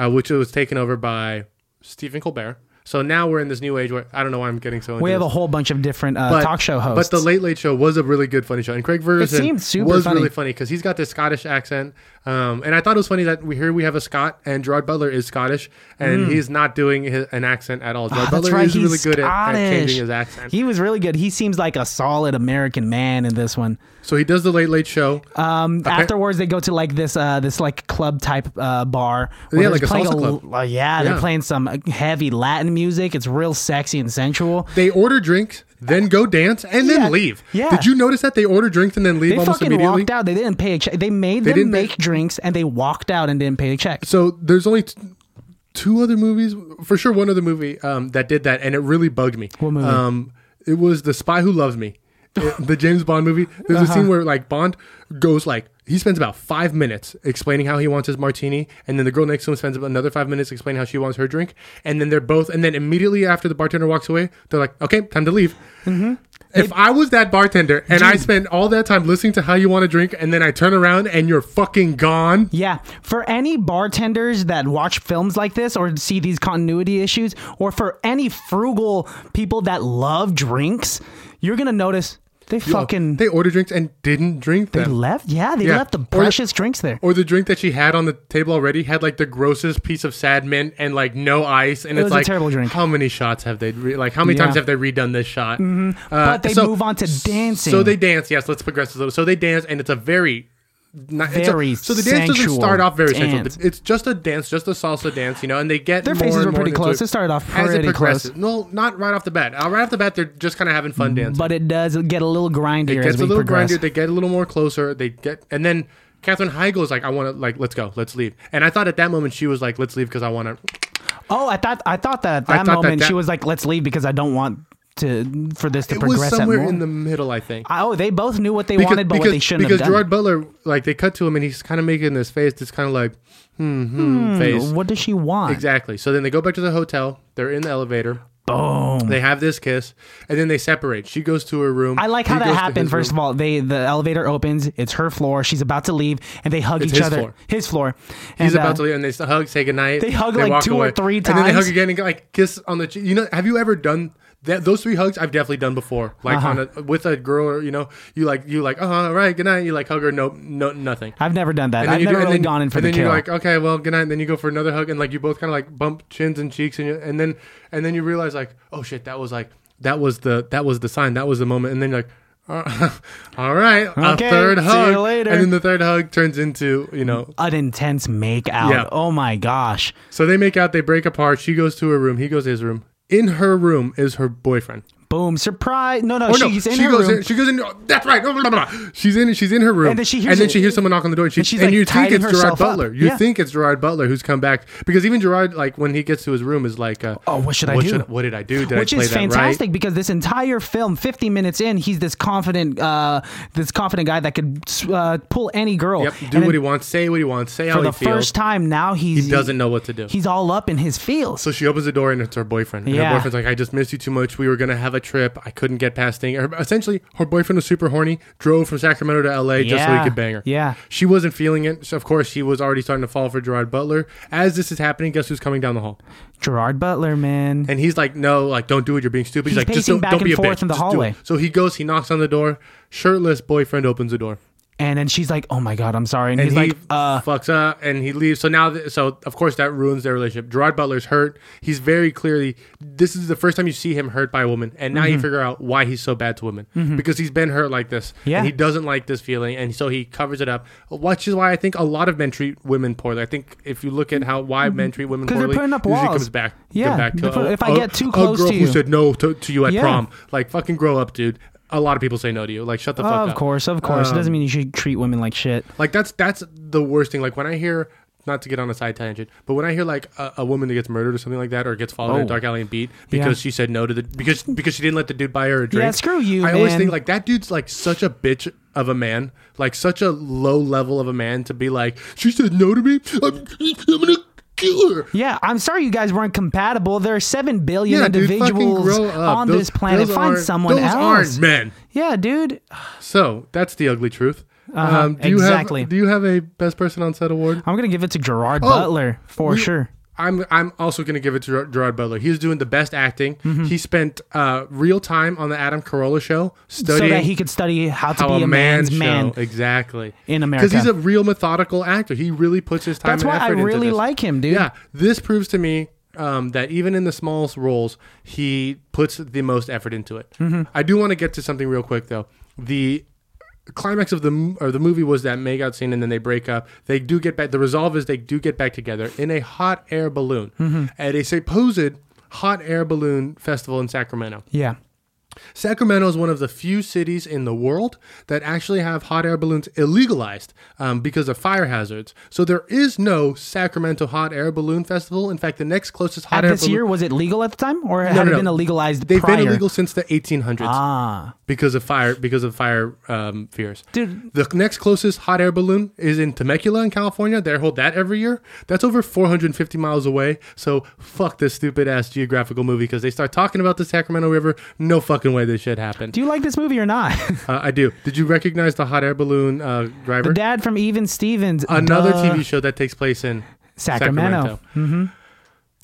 Speaker 2: uh, which was taken over by Stephen Colbert. So now we're in this new age where I don't know why I'm getting so. Into
Speaker 3: we have
Speaker 2: this.
Speaker 3: a whole bunch of different uh, talk show hosts.
Speaker 2: But the Late Late Show was a really good funny show, and Craig Ferguson
Speaker 3: seemed super
Speaker 2: was
Speaker 3: funny.
Speaker 2: really funny because he's got this Scottish accent. Um, and I thought it was funny that we here we have a Scot, and Gerard Butler is Scottish, and he's not doing his, an accent at all. Gerard
Speaker 3: Mm. Ah,
Speaker 2: Butler is
Speaker 3: he's
Speaker 2: really good at, at
Speaker 3: Scottish.
Speaker 2: changing his accent.
Speaker 3: He was really good. He seems like a solid American man in this one.
Speaker 2: so he does the Late Late Show.
Speaker 3: Um, afterwards, they go to like this uh, this like club type uh, bar. where
Speaker 2: Yeah,
Speaker 3: they're
Speaker 2: like a
Speaker 3: playing
Speaker 2: salsa
Speaker 3: l-
Speaker 2: club.
Speaker 3: uh, yeah, they're
Speaker 2: Yeah.
Speaker 3: playing some uh, heavy Latin music. It's real sexy and sensual.
Speaker 2: they order drinks, then go dance, and
Speaker 3: Yeah,
Speaker 2: then leave.
Speaker 3: yeah.
Speaker 2: Did you notice that they order drinks and then leave
Speaker 3: They
Speaker 2: almost
Speaker 3: fucking
Speaker 2: immediately?
Speaker 3: walked out. They didn't pay a check. They made them
Speaker 2: didn't pay-
Speaker 3: make drinks and they walked out and didn't pay a check.
Speaker 2: So there's only. T- Two other movies, for sure. One other movie um, that did that, and it really bugged me.
Speaker 3: What movie?
Speaker 2: Um, it was The Spy Who Loves Me, It- the James Bond movie. There's a
Speaker 3: Uh-huh.
Speaker 2: scene where like Bond goes like he spends about five minutes explaining how he wants his martini, and then the girl next to him spends about another five minutes explaining how she wants her drink, and then they're both, and then immediately after the bartender walks away, they're like, "Okay, time to leave."
Speaker 3: Mm-hmm.
Speaker 2: If I was that bartender and I spent all that time listening to how you want to drink, and then I turn around and you're fucking gone,
Speaker 3: Yeah, for any bartenders that watch films like this or see these continuity issues, or for any frugal people that love drinks, you're gonna notice they fucking
Speaker 2: they ordered drinks and didn't drink
Speaker 3: they
Speaker 2: them.
Speaker 3: left. Yeah, they
Speaker 2: Yeah.
Speaker 3: left the
Speaker 2: Or-
Speaker 3: precious drinks there.
Speaker 2: or the drink that she had on the table already had like the grossest piece of sad mint and like no ice, and
Speaker 3: It
Speaker 2: it's
Speaker 3: was a
Speaker 2: like
Speaker 3: terrible drink.
Speaker 2: How many shots have they re- like? How many
Speaker 3: Yeah.
Speaker 2: times have they redone this shot? Mm-hmm.
Speaker 3: But they move on to dancing.
Speaker 2: So they dance. Yes, let's progress this a little. So they dance, and it's a very not, it's a-
Speaker 3: Very
Speaker 2: so the dance doesn't
Speaker 3: sensual
Speaker 2: start off very
Speaker 3: dance.
Speaker 2: sensual. It's just a dance, just a salsa dance, you know. And they get
Speaker 3: Their
Speaker 2: more
Speaker 3: faces
Speaker 2: and
Speaker 3: were
Speaker 2: more
Speaker 3: pretty
Speaker 2: into
Speaker 3: close.
Speaker 2: It
Speaker 3: It started off
Speaker 2: as it
Speaker 3: pretty
Speaker 2: progresses.
Speaker 3: close,
Speaker 2: No, not right off the bat. Uh, right off the bat, they're just kind of having fun dancing.
Speaker 3: but it does get a little grindier
Speaker 2: Gets
Speaker 3: as
Speaker 2: a
Speaker 3: we
Speaker 2: little
Speaker 3: progress.
Speaker 2: grindier. They get a little more closer. They get, and then Catherine Heigl is like, "I want to, like, let's go, let's leave." And I thought at that moment she was like, "Let's leave because I want to."
Speaker 3: Oh, I thought I thought that at that
Speaker 2: thought that
Speaker 3: moment
Speaker 2: that-
Speaker 3: she was like, "Let's leave because I don't want to for this to
Speaker 2: It was
Speaker 3: progress at
Speaker 2: somewhere
Speaker 3: more?
Speaker 2: in the middle, I think.
Speaker 3: oh, they both knew what they wanted, but what they shouldn't
Speaker 2: because
Speaker 3: have done.
Speaker 2: Gerard Butler, like they cut to him and he's kind of making this face, this kind of like hmm, hmm face.
Speaker 3: what does she want?
Speaker 2: Exactly. So then they go back to the hotel. They're in the elevator.
Speaker 3: Boom.
Speaker 2: They have this kiss, and then they separate. She goes to her room.
Speaker 3: I like how
Speaker 2: he
Speaker 3: that
Speaker 2: goes to
Speaker 3: happened.
Speaker 2: his
Speaker 3: First
Speaker 2: room.
Speaker 3: of all, they the elevator opens. It's her floor. She's about to leave, and they hug
Speaker 2: It's
Speaker 3: each
Speaker 2: his
Speaker 3: other.
Speaker 2: floor.
Speaker 3: His floor.
Speaker 2: he's
Speaker 3: And, uh,
Speaker 2: about to leave, and they s- hug, say goodnight.
Speaker 3: They hug, like,
Speaker 2: walk
Speaker 3: two or three
Speaker 2: and then they
Speaker 3: times.
Speaker 2: hug again and like kiss on the. cheek. You know, have you ever done that? Those three hugs I've definitely done before, like
Speaker 3: Uh-huh.
Speaker 2: on a with a girl. Or, you know, you like you like, oh, all right, good night. You like hug her, no, no, nothing.
Speaker 3: I've never done that. I've
Speaker 2: you do-
Speaker 3: never really
Speaker 2: then-
Speaker 3: gone in for
Speaker 2: and
Speaker 3: the
Speaker 2: then
Speaker 3: kill.
Speaker 2: you're like, okay, well, good night. And then you go for another hug, and like you both kind of like bump chins and cheeks, and you, and then and then you realize like, oh shit, that was like that was the that was the sign, that was the moment, and then you're like. "Uh, All right,
Speaker 3: Okay,
Speaker 2: a third
Speaker 3: see
Speaker 2: hug,
Speaker 3: you later.
Speaker 2: and then the third hug turns into you know.
Speaker 3: An intense make out.
Speaker 2: Yeah.
Speaker 3: Oh my gosh.
Speaker 2: So they make out, they break apart. She goes to her room, he goes to his room. In her room is her boyfriend.
Speaker 3: Boom. Surprise. No, no.
Speaker 2: Or
Speaker 3: she's
Speaker 2: no,
Speaker 3: in
Speaker 2: she
Speaker 3: her
Speaker 2: goes
Speaker 3: room.
Speaker 2: in. She goes in. That's right. Blah, blah, blah, blah. She's in. She's in her room.
Speaker 3: And then she hears it.
Speaker 2: someone knock on the door. And, she,
Speaker 3: And she's,
Speaker 2: and
Speaker 3: like,
Speaker 2: you think
Speaker 3: tidying
Speaker 2: it's Gerard
Speaker 3: herself up.
Speaker 2: Butler. You
Speaker 3: Yeah.
Speaker 2: think it's Gerard Butler who's come back because even Gerard, like when he gets to his room, is like, uh,
Speaker 3: Oh, what should I do?
Speaker 2: what did I do? Did
Speaker 3: which
Speaker 2: I play
Speaker 3: is
Speaker 2: that
Speaker 3: fantastic
Speaker 2: right?
Speaker 3: because this entire film 50 minutes in he's this confident uh this confident guy that could uh, pull any girl
Speaker 2: Yep.
Speaker 3: And
Speaker 2: Do
Speaker 3: then
Speaker 2: what he wants. Say what he wants. Say how
Speaker 3: for
Speaker 2: he
Speaker 3: the
Speaker 2: feels.
Speaker 3: first time now he's
Speaker 2: he doesn't know what to do.
Speaker 3: he's all up in his feels
Speaker 2: So she opens the door and it's her boyfriend. And
Speaker 3: Yeah.
Speaker 2: her boyfriend's like, I just missed you too much. We were going to have a trip. I couldn't get past thing. Her, essentially, her boyfriend was super horny, drove from Sacramento to LA just so he
Speaker 3: Yeah.
Speaker 2: could bang her.
Speaker 3: Yeah.
Speaker 2: She wasn't feeling it. So of course, she was already starting to fall for Gerard Butler. As this is happening, guess who's coming down the hall?
Speaker 3: gerard butler man
Speaker 2: And he's like, No, like, don't do it. You're being stupid. He's,
Speaker 3: He's
Speaker 2: like, Just
Speaker 3: pacing
Speaker 2: don't,
Speaker 3: back
Speaker 2: don't
Speaker 3: and
Speaker 2: be a
Speaker 3: forth
Speaker 2: bitch.
Speaker 3: in the
Speaker 2: Just do it."
Speaker 3: hallway.
Speaker 2: So he goes, he knocks on the door. Shirtless boyfriend opens the door.
Speaker 3: and then she's like oh my god i'm sorry and,
Speaker 2: And
Speaker 3: he's
Speaker 2: he
Speaker 3: like uh
Speaker 2: fucks up and he leaves. So now, th- so of course that ruins their relationship. Gerard Butler's hurt. He's very clearly, this is the first time you see him hurt by a woman. And now you
Speaker 3: Mm-hmm.
Speaker 2: figure out why he's so bad to women because he's been hurt like this.
Speaker 3: Yeah.
Speaker 2: And he doesn't like this feeling. And so he covers it up, which is why I think a lot of men treat women poorly. I think if you look at how why men treat women
Speaker 3: Mm-hmm. 'Cause they're
Speaker 2: poorly,
Speaker 3: putting up
Speaker 2: it usually
Speaker 3: walls.
Speaker 2: comes back,
Speaker 3: Yeah,
Speaker 2: come back
Speaker 3: they're
Speaker 2: to,
Speaker 3: put- if I get too
Speaker 2: a
Speaker 3: close
Speaker 2: girl
Speaker 3: to
Speaker 2: who
Speaker 3: you."
Speaker 2: said no to, to you at
Speaker 3: Yeah.
Speaker 2: prom, like fucking grow up, dude. A lot of people say no to you. Like, shut the fuck up.
Speaker 3: Oh,
Speaker 2: Um,
Speaker 3: of course of course it doesn't mean you should treat women like shit
Speaker 2: Like that's that's the worst thing. Like when I hear not to get on a side tangent, but when I hear like a, a woman that gets murdered or something like that, or gets followed in a
Speaker 3: Oh.
Speaker 2: dark alley and beat because
Speaker 3: Yeah.
Speaker 2: she said no to the because because she didn't let the dude buy her a drink.
Speaker 3: screw you,
Speaker 2: I always
Speaker 3: man.
Speaker 2: think like that dude's like such a bitch of a man, like such a low level of a man to be like she said no to me. I'm, I'm gonna kill her.
Speaker 3: yeah, I'm sorry you guys weren't compatible. There are seven billion
Speaker 2: Yeah, dude, fucking
Speaker 3: individuals
Speaker 2: grow up.
Speaker 3: on
Speaker 2: Those-
Speaker 3: this planet.
Speaker 2: those
Speaker 3: Find
Speaker 2: aren't-
Speaker 3: someone
Speaker 2: those
Speaker 3: else.
Speaker 2: aren't men.
Speaker 3: Yeah, dude.
Speaker 2: So that's the ugly truth. um, do You
Speaker 3: Uh, exactly.
Speaker 2: have, do you have a best person on set award?
Speaker 3: I'm gonna give it to Gerard
Speaker 2: Oh,
Speaker 3: Butler for
Speaker 2: We-
Speaker 3: sure.
Speaker 2: I'm I'm also going to give it to Ger- Gerard Butler. He's doing the best acting.
Speaker 3: Mm-hmm.
Speaker 2: He spent uh, real time on the Adam Carolla show studying
Speaker 3: so that he could study how to
Speaker 2: how
Speaker 3: be a,
Speaker 2: a man
Speaker 3: man's man.
Speaker 2: show exactly because
Speaker 3: in America.
Speaker 2: he's a real methodical actor. He really puts his time.
Speaker 3: That's
Speaker 2: and
Speaker 3: why I
Speaker 2: effort into
Speaker 3: really
Speaker 2: this.
Speaker 3: like him, dude.
Speaker 2: Yeah, this proves to me. Um, that even in the smallest roles, he puts the most effort into it. I do want to get to something real quick though. The climax of the m- or the movie was that makeout scene, and then they break up. They do get back. The resolve is they do get back together in a hot air balloon at a supposed hot air balloon festival in Sacramento.
Speaker 3: Yeah.
Speaker 2: Sacramento is one of the few cities in the world that actually have hot air balloons illegalized um, because of fire hazards. So there is no Sacramento Hot Air Balloon Festival. In fact, the next closest hot
Speaker 3: At
Speaker 2: air
Speaker 3: this
Speaker 2: balloon
Speaker 3: year, was it legal at the time, or had
Speaker 2: no,
Speaker 3: it
Speaker 2: no.
Speaker 3: been illegalized
Speaker 2: they've
Speaker 3: prior?
Speaker 2: been illegal since the 1800s
Speaker 3: Ah,
Speaker 2: because of fire because of fire um, fears.
Speaker 3: Dude.
Speaker 2: the next closest hot air balloon is in Temecula in California. They hold that every year. That's over 450 miles away. So fuck this stupid ass geographical movie because they start talking about the Sacramento River. No fucking way this shit happened.
Speaker 3: do you like this movie or not?
Speaker 2: Uh, I do. Did you recognize the hot air balloon uh, driver?
Speaker 3: the dad from Even Stevens.
Speaker 2: Another
Speaker 3: duh.
Speaker 2: TV show that takes place in
Speaker 3: Sacramento. Mm-hmm.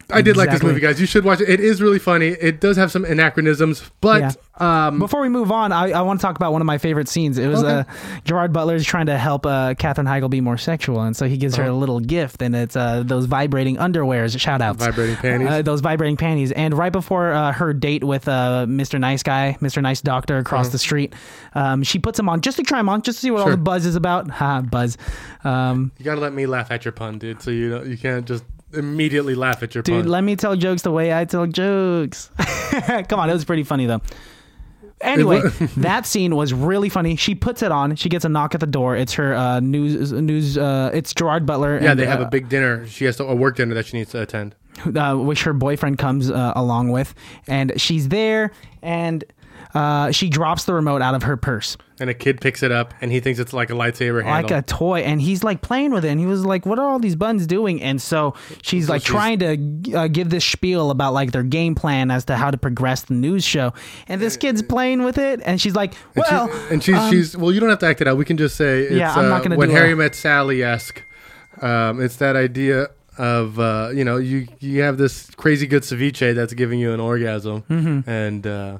Speaker 2: I did like this
Speaker 3: Exactly.
Speaker 2: movie, guys. You should watch it. It is really funny. It does have some anachronisms, but um,
Speaker 3: Before we move on, I, I want to talk about one of my favorite scenes. It was
Speaker 2: Okay.
Speaker 3: uh, Gerard Butler's trying to help uh, Katherine Heigl be more sexual, and so he gives
Speaker 2: Uh-huh.
Speaker 3: her a little gift, and it's uh, those vibrating underwears. Shout outs.
Speaker 2: Vibrating panties.
Speaker 3: Uh, those vibrating panties. And right before uh, her date with uh, Mr. Nice Guy, Mr. Nice Doctor across the street, um, she puts them on just to try them on, just to see what all
Speaker 2: Mm-hmm. Sure.
Speaker 3: the buzz is about. Ha, buzz. Um,
Speaker 2: you gotta let me laugh at your pun, dude. So you know you can't just immediately laugh at your
Speaker 3: dude,
Speaker 2: pun.
Speaker 3: let me tell jokes the way I tell jokes. Come on, it was pretty funny though. Anyway, that scene was really funny. She puts it on. She gets a knock at the door. It's her uh, news news. Uh, it's Gerard Butler.
Speaker 2: yeah,
Speaker 3: and,
Speaker 2: they have
Speaker 3: uh,
Speaker 2: a big dinner. She has to, a work dinner that she needs to attend.
Speaker 3: uh, which her boyfriend comes uh, along with, and she's there, and uh, she drops the remote out of her purse
Speaker 2: And a kid picks it up and he thinks it's like a lightsaber handle.
Speaker 3: like a toy, and he's like playing with it, and he was like, "What are all these buttons doing?" And so she's like
Speaker 2: she's-
Speaker 3: trying to uh, give this spiel about like their game plan as to how to progress the news show, and this kid's playing with it, and she's like,
Speaker 2: She-
Speaker 3: "Well." um,
Speaker 2: and she's she's well. You don't have to act it out. We can just say it's
Speaker 3: Yeah, I'm
Speaker 2: uh,
Speaker 3: not gonna
Speaker 2: when
Speaker 3: do
Speaker 2: Harry
Speaker 3: a-
Speaker 2: met Sally esque. Um, it's that idea of uh, you know you you have this crazy good ceviche that's giving you an orgasm,
Speaker 3: Mm-hmm.
Speaker 2: and uh,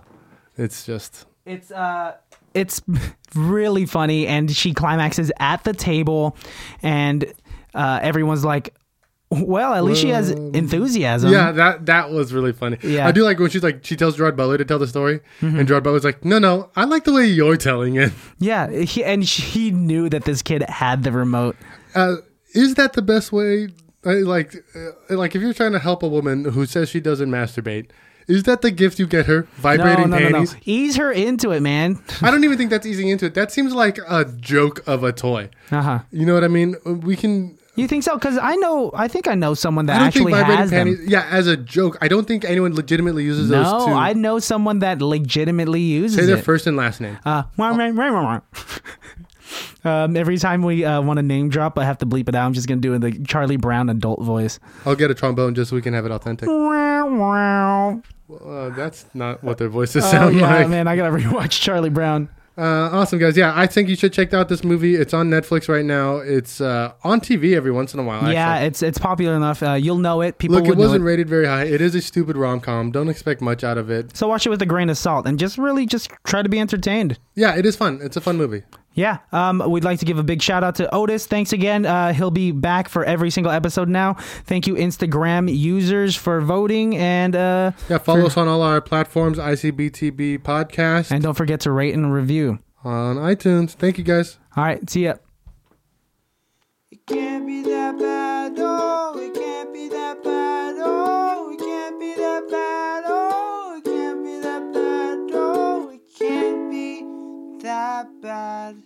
Speaker 2: it's just
Speaker 3: It's uh it's really funny and she climaxes at the table and uh everyone's like well, at least she has enthusiasm.
Speaker 2: yeah that that was really funny.
Speaker 3: Mm-hmm. Yeah. Mm-hmm.
Speaker 2: I do like when she's like she tells Gerard Butler to tell the story, and Gerard Butler's like, no, no, I like the way you're telling it.
Speaker 3: Yeah, he, and she knew that this kid had the remote.
Speaker 2: uh, is that the best way? I, like, uh, like if you're trying to help a woman who says she doesn't masturbate, is that the gift you get her?
Speaker 3: No, no,
Speaker 2: Vibrating
Speaker 3: no, no.
Speaker 2: panties.
Speaker 3: Ease her into it, man.
Speaker 2: I don't even think that's easing into it. That seems like a joke of a toy.
Speaker 3: Uh-huh.
Speaker 2: You know what I mean? We can.
Speaker 3: You think so cuz I know I think I know someone
Speaker 2: I
Speaker 3: that
Speaker 2: don't
Speaker 3: actually
Speaker 2: think vibrating
Speaker 3: has
Speaker 2: panties.
Speaker 3: them.
Speaker 2: Yeah, as a joke. I don't think anyone legitimately uses those
Speaker 3: No,
Speaker 2: two.
Speaker 3: I know someone that legitimately uses
Speaker 2: Say their
Speaker 3: it.
Speaker 2: first and last name.
Speaker 3: Uh, wah, wah, wah, wah. um, every time we uh, want to name drop, I have to bleep it out. I'm just gonna do it in the Charlie Brown adult voice.
Speaker 2: I'll get a trombone just so we can have it authentic.
Speaker 3: Wah, wah.
Speaker 2: Uh, that's not what their voices
Speaker 3: Oh
Speaker 2: sound
Speaker 3: yeah,
Speaker 2: like.
Speaker 3: man, I gotta rewatch Charlie Brown.
Speaker 2: Uh, awesome guys, yeah, I think you should check out this movie. It's on Netflix right now. It's uh, on TV every once in a while.
Speaker 3: Yeah,
Speaker 2: actually.
Speaker 3: it's it's popular enough. Uh, you'll know it. People
Speaker 2: Look, it
Speaker 3: would know
Speaker 2: wasn't rated very high. It is a stupid rom com. Don't expect much out of it.
Speaker 3: So watch it with a grain of salt and just really just try to be entertained.
Speaker 2: Yeah, it is fun. It's a fun movie.
Speaker 3: Yeah, um, we'd like to give a big shout out to Otis. Thanks again. Uh, he'll be back for every single episode now. Thank you, Instagram users, for voting and uh,
Speaker 2: Yeah, follow us on all our platforms, ICBTB Podcast
Speaker 3: and don't forget to rate and review.
Speaker 2: on iTunes. Thank you guys.
Speaker 3: All right, see ya.
Speaker 1: It can't be that bad, oh, it can't be that bad, oh, it can't be that bad, oh, it can't be that bad, oh, it can't be that bad.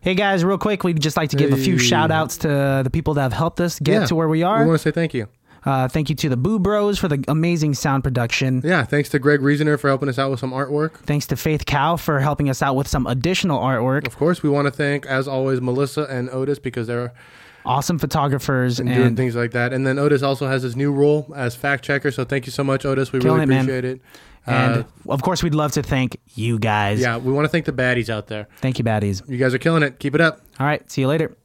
Speaker 3: Hey guys, real quick, we'd just like to give a few
Speaker 2: Hey.
Speaker 3: shout outs to the people that have helped us get
Speaker 2: yeah.
Speaker 3: to where we
Speaker 2: We
Speaker 3: are.
Speaker 2: want to say thank you.
Speaker 3: Uh, thank you to the Boo Bros for the amazing sound production.
Speaker 2: Yeah, thanks to Greg Reasoner for helping us out with some artwork.
Speaker 3: Thanks to Faith Cow for helping us out with some additional artwork.
Speaker 2: Of course, we want to thank, as always, Melissa and Otis because they're
Speaker 3: Awesome photographers and,
Speaker 2: doing things like that. And then Otis also has his new role as fact checker. So thank you so much, Otis. We really
Speaker 3: Killing it, man.
Speaker 2: appreciate it. Uh,
Speaker 3: and of course we'd love to thank you guys.
Speaker 2: yeah, we want to thank the baddies out there.
Speaker 3: Thank you, baddies.
Speaker 2: You guys are killing it. Keep it up.
Speaker 3: All right, see you later.